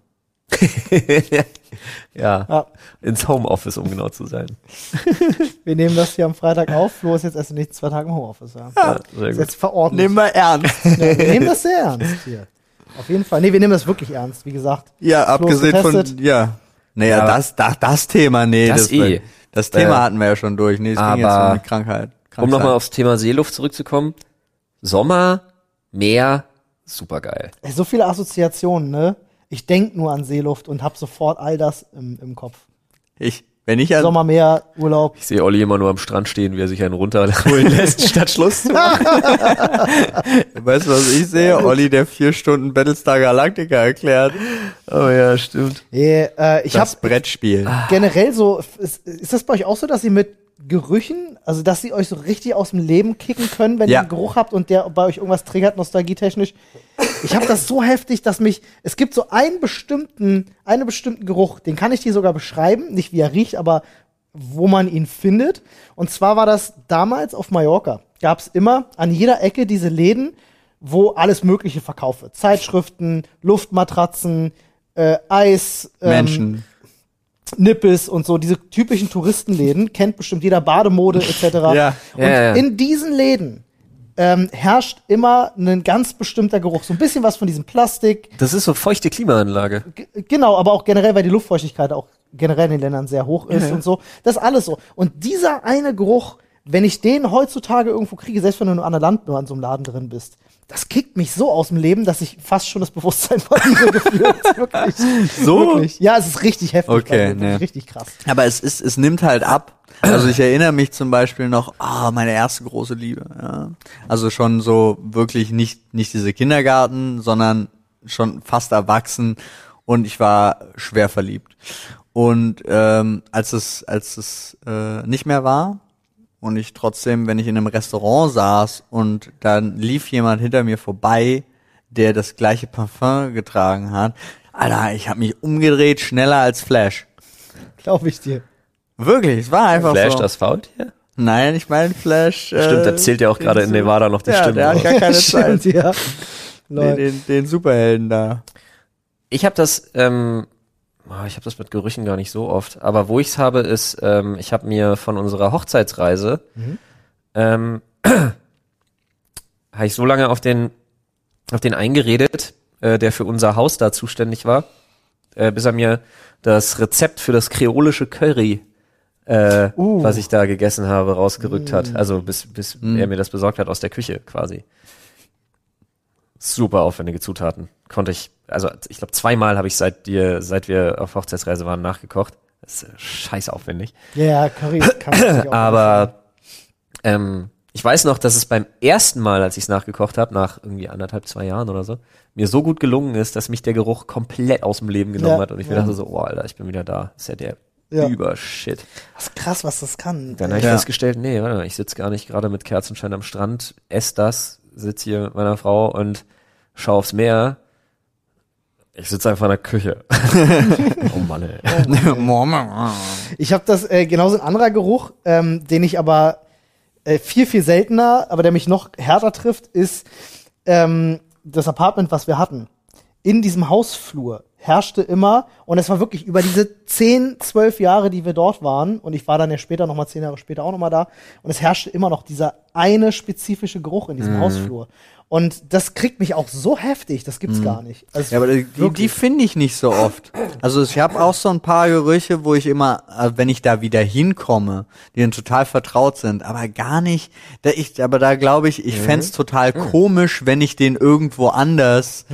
Ja. Ja, Ins Homeoffice, um genau zu sein. wir nehmen das hier am Freitag auf. Flo ist jetzt erst in den nächsten zwei Tagen im Homeoffice. Ja. Ja, sehr Ist gut. jetzt verordnet. Nehmen wir ernst. ja, wir nehmen das sehr ernst hier. Auf jeden Fall. Nee, wir nehmen das wirklich ernst, wie gesagt. Ja, Flo ist abgesehen von, getestet. ja. Naja, Ja. das, das, das Thema, nee, Das das, eh. das Thema Äh, hatten wir ja schon durch. Nee, es ging jetzt aber- um die Krankheit. Um Krankheit. nochmal aufs Thema Seeluft zurückzukommen. Sommer, Meer, supergeil. Ey, So viele Assoziationen, ne? Ich denk nur an Seeluft und hab sofort all das im, im Kopf. Ich, wenn ich an, Sommermeer, Urlaub. Ich sehe Olli immer nur am Strand stehen, wie er sich einen runterholen lässt, statt Schluss zu machen. weißt du, was ich sehe? Olli, der vier Stunden Battlestar Galactica erklärt. Oh ja, stimmt. Nee, äh, ich hab Ah. Das Brettspiel. generell so, ist, ist das bei euch auch so, dass ihr mit Gerüchen, also dass sie euch so richtig aus dem Leben kicken können, wenn Ja. ihr einen Geruch habt und der bei euch irgendwas triggert, nostalgietechnisch? Ich habe das so heftig, dass mich, es gibt so einen bestimmten, einen bestimmten Geruch, den kann ich dir sogar beschreiben, nicht wie er riecht, aber wo man ihn findet. Und zwar war das damals auf Mallorca. Gab es immer an jeder Ecke diese Läden, wo alles Mögliche verkauft wird. Zeitschriften, Luftmatratzen, äh, Eis, ähm, Menschen. Nippes und so, diese typischen Touristenläden, kennt bestimmt jeder Bademode etc. Ja. Und Ja, ja. in diesen Läden ähm, herrscht immer ein ganz bestimmter Geruch. So ein bisschen was von diesem Plastik, Das ist so feuchte Klimaanlage. G genau, aber auch generell, weil die Luftfeuchtigkeit auch generell in den Ländern sehr hoch ist und so. Das ist alles so. Und dieser eine Geruch, wenn ich den heutzutage irgendwo kriege, selbst wenn du nur an der Land nur an so einem Laden drin bist, das kickt mich so aus dem Leben, dass ich fast schon das Bewusstsein verliere gefühlt. Wirklich. So? Ähm, Wirklich. Ja, es ist richtig heftig. Okay, bei mir, wirklich nee. Richtig krass. Aber es ist, es nimmt halt ab. Also ich erinnere mich zum Beispiel noch, ah, meine erste große Liebe. Ja. Also schon so wirklich nicht, nicht diese Kindergarten, sondern schon fast erwachsen und ich war schwer verliebt. Und ähm, als es, als es äh, nicht mehr war und ich trotzdem, wenn ich in einem Restaurant saß und dann lief jemand hinter mir vorbei, der das gleiche Parfum getragen hat, Alter, ich habe mich umgedreht, schneller als Flash. Glaube ich dir. Wirklich, es war einfach Flash so. das Faultier? Nein, ich meine Flash. Äh, Stimmt, der zählt ja auch gerade in Nevada noch die ja, Stimmen. der hat raus. gar keine Zeit. ja. Den, Lol. den, den Superhelden da. Ich habe das, ähm, ah, ich habe das mit Gerüchen gar nicht so oft, aber wo ich es habe, ist, ähm, ich habe mir von unserer Hochzeitsreise, ähm, habe ich so lange auf den, auf den eingeredet, äh, der für unser Haus da zuständig war, äh, bis er mir das Rezept für das kreolische Curry äh, was ich da gegessen habe, rausgerückt hat. Also bis, bis er mir das besorgt hat aus der Küche quasi. Super aufwendige Zutaten. Konnte ich, also ich glaube zweimal habe ich seit dir, seit wir auf Hochzeitsreise waren, nachgekocht. Das ist äh, scheiß aufwendig. Ja, ja, Curry kann man natürlich auch Aber ähm, ich weiß noch, dass es beim ersten Mal, als ich es nachgekocht habe, nach irgendwie anderthalb, zwei Jahren oder so, mir so gut gelungen ist, dass mich der Geruch komplett aus dem Leben genommen Ja, hat. Und ich mir ja. dachte so, oh Alter, ich bin wieder da. Ist ja der Ja. Übershit. Das ist krass, was das kann. Dann habe ich Ja. festgestellt, nee, warte mal, ich sitze gar nicht gerade mit Kerzenschein am Strand, esse das, sitze hier mit meiner Frau und schaue aufs Meer. Ich sitze einfach in der Küche. oh Mann, ey. Ich habe das äh, genauso ein anderer Geruch, ähm, den ich aber äh, viel, viel seltener, aber der mich noch härter trifft, ist ähm, das Apartment, was wir hatten. In diesem Hausflur herrschte immer, und es war wirklich über diese 10, 12 Jahre, die wir dort waren, und ich war dann ja später nochmal, 10 Jahre später auch nochmal da, und es herrschte immer noch dieser eine spezifische Geruch in Mhm. diesem Hausflur. Und das kriegt mich auch so heftig, das gibt's gar nicht. Also Mhm. Ja, aber die, die- die wirklich. finde ich nicht so oft. Also ich habe auch so ein paar Gerüche, wo ich immer, äh, wenn ich da wieder hinkomme, die dann total vertraut sind, aber gar nicht. Da ich, aber da glaube ich, ich fänd's total komisch, wenn ich den irgendwo anders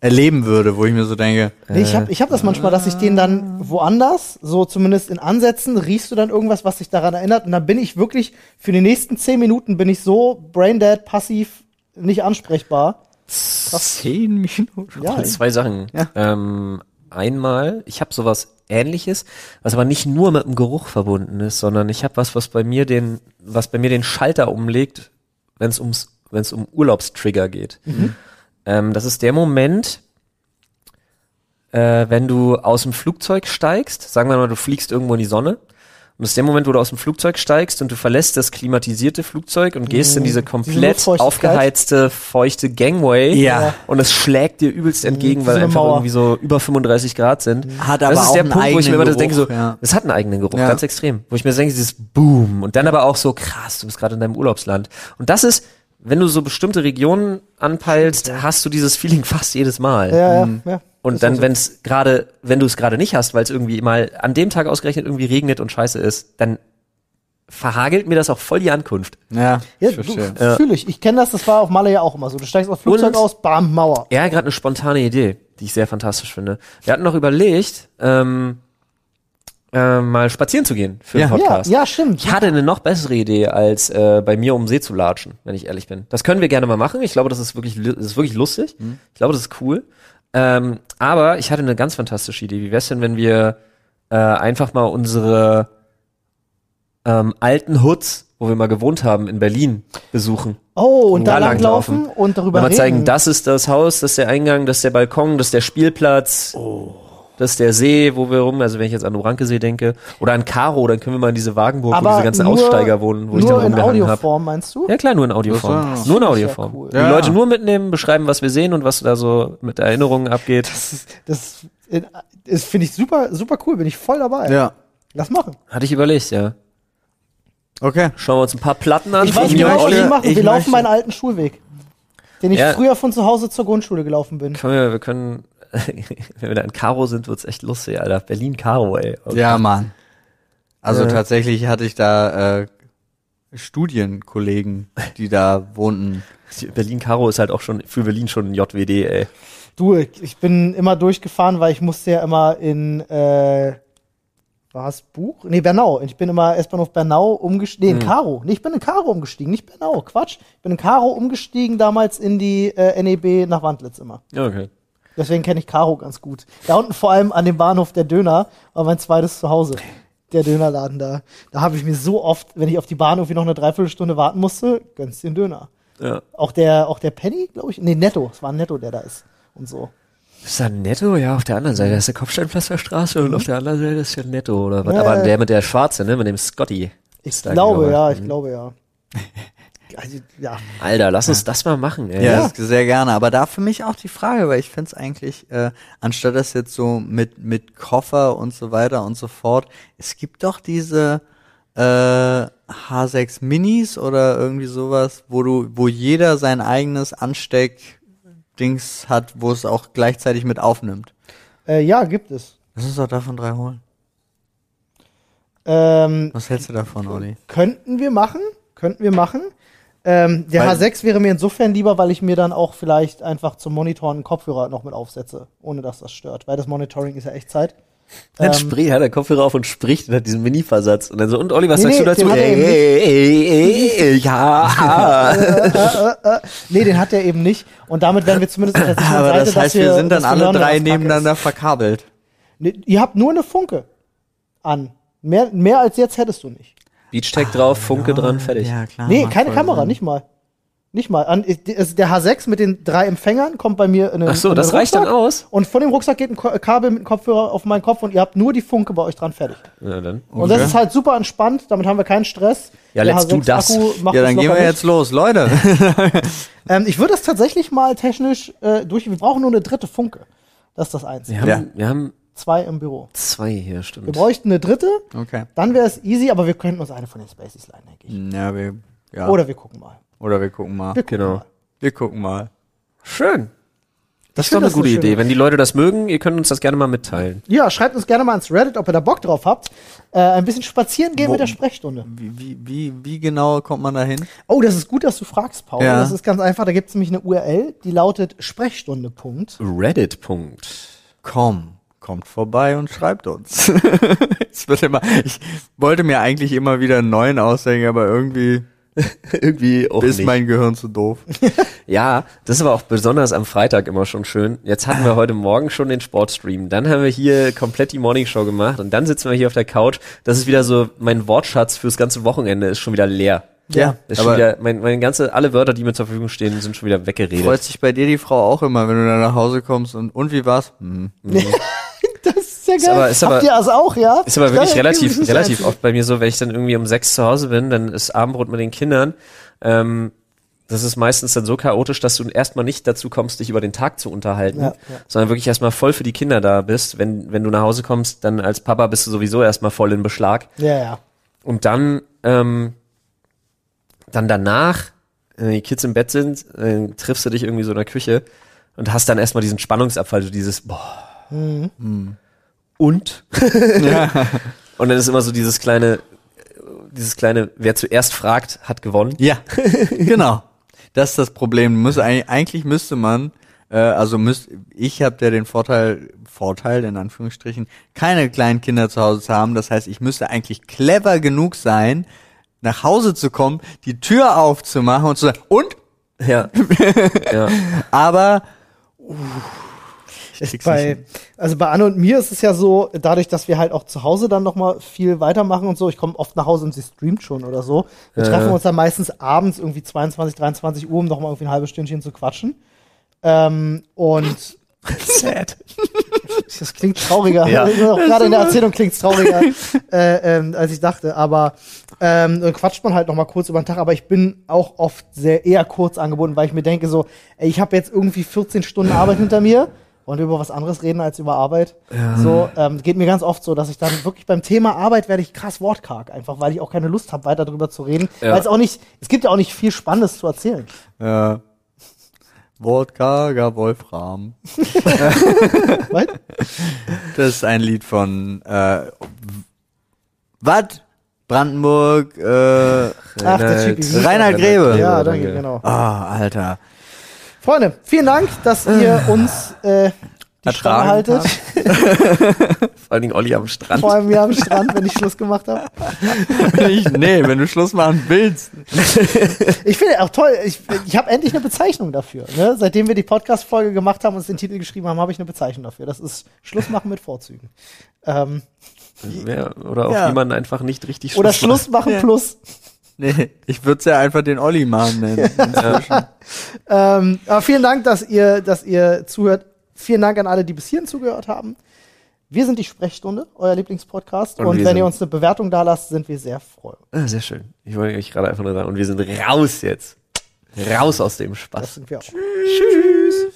erleben würde, wo ich mir so denke, Nee, ich habe ich hab das manchmal, dass ich den dann woanders, so zumindest in Ansätzen, riechst du dann irgendwas, was dich daran erinnert. Und dann bin ich wirklich, für die nächsten zehn Minuten bin ich so braindead, passiv, nicht ansprechbar. zehn Minuten. Ja, Zwei Sachen. Ja. Ähm, einmal, ich habe sowas ähnliches, was aber nicht nur mit dem Geruch verbunden ist, sondern ich habe was, was bei mir den, was bei mir den Schalter umlegt, wenn es ums, wenn es um Urlaubstrigger geht. Ähm, das ist der Moment, äh, wenn du aus dem Flugzeug steigst, sagen wir mal, du fliegst irgendwo in die Sonne, und das ist der Moment, wo du aus dem Flugzeug steigst und du verlässt das klimatisierte Flugzeug und gehst in diese komplett Luftfeuchtigkeit. aufgeheizte, feuchte Gangway. Ja. Und es schlägt dir übelst entgegen, wie weil so eine einfach Mauer. irgendwie so über 35 Grad sind. Hat aber das ist auch der einen Punkt, wo ich mir eigenen immer das Geruch, denke, so, ja. es hat einen eigenen Geruch, Ja. ganz extrem. Wo ich mir denke, dieses Boom. Und dann aber auch so, krass, du bist gerade in deinem Urlaubsland. Und das ist, wenn du so bestimmte Regionen anpeilst, hast du dieses Feeling fast jedes Mal. ja, ja, ja. Und dann, wenn es gerade, wenn du es gerade nicht hast, weil es irgendwie mal an dem Tag ausgerechnet irgendwie regnet und scheiße ist, dann verhagelt mir das auch voll die Ankunft. Ja, Ja, ich verstehe. du, fühl ich. Ich kenne das, das war auf Malle ja auch immer so. Du steigst aus dem Flugzeug Und- aus, bam, Mauer. Er hat gerade eine spontane Idee, die ich sehr fantastisch finde. Wir hatten noch überlegt, ähm, äh, mal spazieren zu gehen für Ja. den Podcast. Ja, ja, stimmt. Ich hatte eine noch bessere Idee, als äh, bei mir um den See zu latschen, wenn ich ehrlich bin. Das können wir gerne mal machen. Ich glaube, das ist wirklich, lu- das ist wirklich lustig. Mhm. Ich glaube, das ist cool. Ähm, aber ich hatte eine ganz fantastische Idee. Wie wär's denn, wenn wir äh, einfach mal unsere ähm, alten Hoods, wo wir mal gewohnt haben, in Berlin besuchen? Oh, und da Da langlaufen langlaufen. und darüber Wenn wir reden. zeigen, das ist das Haus, das ist der Eingang, das ist der Balkon, das ist der Spielplatz. Oh. Das ist der See, wo wir rum, also wenn ich jetzt an Obrankesee denke, oder an Karo, dann können wir mal in diese Wagenburg, aber wo diese ganzen nur, Aussteiger wohnen, wo ich da nur in rumgehangen habe. Audioform, meinst du? Ja klar, nur in Audioform. Das ist nur in Audioform. ja cool. Ja. Die Leute nur mitnehmen, beschreiben, was wir sehen und was da so mit Erinnerungen abgeht. Das, in- das finde ich super, super cool. Bin ich voll dabei. Ja. Lass machen. Hatte ich überlegt, ja. Okay. Schauen wir uns ein paar Platten an. Ich von weiß mir und genau, was Olli. wir machen. Ich Wir laufen möchte- meinen alten Schulweg, den ich Ja. früher von zu Hause zur Grundschule gelaufen bin. Können wir, wir können, wenn wir da in Karo sind, wird's echt lustig, Alter. Berlin-Karo, ey. Okay. Ja, Mann. Also Ja. tatsächlich hatte ich da äh, Studienkollegen, die da wohnten. Berlin-Karo ist halt auch schon, für Berlin schon ein JWD, ey. Du, ich ich bin immer durchgefahren, weil ich musste ja immer in äh, war es Buch? Nee, Bernau. Ich bin immer S-Bahnhof Bernau umgestiegen. Nee, in Hm. Karo. Nee, ich bin in Karo umgestiegen, nicht Bernau. Quatsch. Ich bin in Karo umgestiegen damals in die äh, NEB nach Wandlitz immer. Okay. Deswegen kenne ich Karo ganz gut. Da unten vor allem an dem Bahnhof der Döner war mein zweites Zuhause. Der Dönerladen da. Da habe ich mir so oft, wenn ich auf die Bahn irgendwie noch eine Dreiviertelstunde warten musste, gönnst den Döner. Ja. Auch der, auch der Penny, glaube ich. Nee, Netto. Es war ein Netto, der da ist. Und so. Ist da netto? Ja, auf der anderen Seite ist der Kopfsteinpflasterstraße und auf der anderen Seite ist ja netto oder was. Ja, Aber ja. der mit der Schwarze, ne, mit dem Scotty. Ich Ist da, Mhm. glaube, ich. ja, ich glaube, ja. Also, ja. Alter, lass uns das mal machen, ey. Ja, das- sehr gerne. Aber da für mich auch die Frage, weil ich find's eigentlich, äh, anstatt das jetzt so mit, mit Koffer und so weiter und so fort, es gibt doch diese äh, H6 Minis oder irgendwie sowas, wo du, wo jeder sein eigenes Ansteck-Dings hat, wo es auch gleichzeitig mit aufnimmt. Äh, ja, gibt es. Lass uns doch davon drei holen. Ähm, Was hältst du davon, Olli? könnten wir machen, könnten wir machen. Ähm, der Weil- H6 wäre mir insofern lieber, weil ich mir dann auch vielleicht einfach zum Monitoren einen Kopfhörer noch mit aufsetze, ohne dass das stört, weil das Monitoring ist ja Echtzeit. Dann Ähm, spricht, hat der Kopfhörer auf und spricht und hat diesen Mini-Versatz. Und dann so, und Olli, was Nee, sagst nee, du dazu? den hat er eben ey, ey, ey, ja. Äh, Nee, den hat er eben nicht. Und damit wären wir zumindest auf der sicheren Aber Seite, das heißt, dass wir, wir sind dann dass wir alle hören, drei was Kacke nebeneinander verkabelt. ist. Nee, ihr habt nur eine Funke an. Mehr, mehr als jetzt hättest du nicht. Beach-Tag drauf, Funke dran, fertig. Ah, Ja, klar. Nee, macht keine voll Kamera, Sinn. nicht mal. Nicht mal. An, also der H6 mit den drei Empfängern kommt bei mir in den Ach so, in den das reicht dann Rucksack. aus? Und von dem Rucksack geht ein Ko Kabel mit dem Kopfhörer auf meinen Kopf und ihr habt nur die Funke bei euch dran fertig. Ja, dann. Und das ist halt super entspannt, damit haben wir keinen Stress. Ja, Der let's do H6 das. Akku macht Ja, uns dann gehen locker wir mit. jetzt los. Leute, Ähm, ich würde das tatsächlich mal technisch äh, durch. Wir brauchen nur eine dritte Funke. Das ist das Einzige. Wir haben, Ja. wir haben Zwei im Büro. zwei hier, Wir stimmt. bräuchten eine dritte, Okay. dann wäre es easy, aber wir könnten uns eine von den Spaces leihen, denke ich. Ja, wir, ja. Oder, Oder wir gucken mal. wir gucken mal. Wir gucken Genau. mal. Wir gucken mal. Schön. Das ist find doch eine das gute eine schöne- Idee. Wenn die Leute das mögen, ihr könnt uns das gerne mal mitteilen. Ja, schreibt uns gerne mal ans Reddit, ob ihr da Bock drauf habt. Äh, ein bisschen spazieren gehen Wo- mit der Sprechstunde. Wie, wie, wie, wie genau kommt man da hin? Oh, das ist gut, dass du fragst, Paul. Ja. Das ist ganz einfach. Da gibt es nämlich eine URL, die lautet Sprechstunde. Punkt. Reddit. Punkt. Komm, kommt vorbei und schreibt uns. es wird immer, ich wollte mir eigentlich immer wieder einen neuen ausdenken, aber irgendwie Irgendwie auch ist nicht. mein Gehirn zu doof. Ja, das war auch besonders am Freitag immer schon schön. Jetzt hatten wir heute Morgen schon den Sportstream. Dann haben wir hier komplett die Morning Show gemacht und dann sitzen wir hier auf der Couch. Das ist wieder so, mein Wortschatz fürs ganze Wochenende ist schon wieder leer. Ja, Ist schon aber wieder, mein, meine ganze, alle Wörter, die mir zur Verfügung stehen, sind schon wieder weggeredet. freut sich bei dir die Frau auch immer, wenn du dann nach Hause kommst und, und wie war's? Hm. Das ist ja geil. aber- ist aber- habt ihr das auch, ja? Ist aber wirklich Geil, relativ, das ist relativ der oft bei mir so, wenn ich dann irgendwie um sechs zu Hause bin, dann ist Abendbrot mit den Kindern. Ähm, das ist meistens dann so chaotisch, dass du erstmal nicht dazu kommst, dich über den Tag zu unterhalten, Ja, ja. sondern wirklich erstmal voll für die Kinder da bist. Wenn, wenn du nach Hause kommst, dann als Papa bist du sowieso erstmal voll in Beschlag. Einzige. Ja, ja. Und dann, ähm, dann danach, wenn die Kids im Bett sind, äh, triffst du dich irgendwie so in der Küche und hast dann erstmal diesen Spannungsabfall, so dieses boah. Mhm. Und? Und dann ist immer so dieses kleine, dieses kleine, wer zuerst fragt, hat gewonnen. Ja, genau. Das ist das Problem. Muss, eigentlich eigentlich müsste man, äh, also müsst, ich habe ja den Vorteil, Vorteil in Anführungsstrichen, keine kleinen Kinder zu Hause zu haben. Das heißt, ich müsste eigentlich clever genug sein, nach Hause zu kommen, die Tür aufzumachen und zu sagen, und? Ja. ja. Aber Ist bei, also bei Anne und mir ist es ja so, dadurch, dass wir halt auch zu Hause dann nochmal viel weitermachen und so, ich komme oft nach Hause und sie streamt schon oder so. Wir treffen uns dann meistens abends irgendwie 22, 23 Uhr, um nochmal irgendwie ein halbes Stündchen zu quatschen. Ähm, und Sad. das klingt trauriger. Ja. Also auch Gerade in der Erzählung klingt es trauriger, äh, ähm, als ich dachte. Aber ähm, dann quatscht man halt noch mal kurz über den Tag. Aber ich bin auch oft sehr eher kurz angebunden, weil ich mir denke so, ey, ich habe jetzt irgendwie 14 Stunden Arbeit hinter mir und über was anderes reden als über Arbeit. So ähm, geht mir ganz oft so, dass ich dann wirklich beim Thema Arbeit werde ich krass wortkarg, einfach weil ich auch keine Lust habe, weiter darüber zu reden. Ja. Weil es auch nicht, es gibt ja auch nicht viel Spannendes zu erzählen. äh, Wortkarger Wolfram. Was? Das ist ein Lied von äh, Wat? Brandenburg, äh, Ach, der Typ, wie- Reinhard Grebe. ja, danke, genau. Ah, Alter. Freunde, vielen Dank, dass ihr uns äh, die Stange Ertragen haltet. Vor allen Dingen Olli am Strand. Vor allem hier am Strand, wenn ich Schluss gemacht habe. Ich, nee, wenn du Schluss machen willst. Ich finde auch toll, ich, ich habe endlich eine Bezeichnung dafür. Ne? Seitdem wir die Podcast-Folge gemacht haben und uns den Titel geschrieben haben, habe ich eine Bezeichnung dafür. Das ist Schluss machen mit Vorzügen. Ähm, Ja, oder auch Ja. jemanden einfach nicht richtig oder Schluss Schluss machen plus. Nee, ich würde ja einfach den Olli machen nennen. Ähm, aber vielen Dank, dass ihr, dass ihr zuhört. Vielen Dank an alle, die bis hierhin zugehört haben. Wir sind die Sprechstunde, euer Lieblingspodcast. Und, Und wir wenn ihr sind- uns eine Bewertung da lasst, sind wir sehr froh. Ah, sehr schön. Ich wollte euch gerade einfach nur sagen, und wir sind raus jetzt. Raus aus dem Spaß. Das sind wir auch. Tschüss.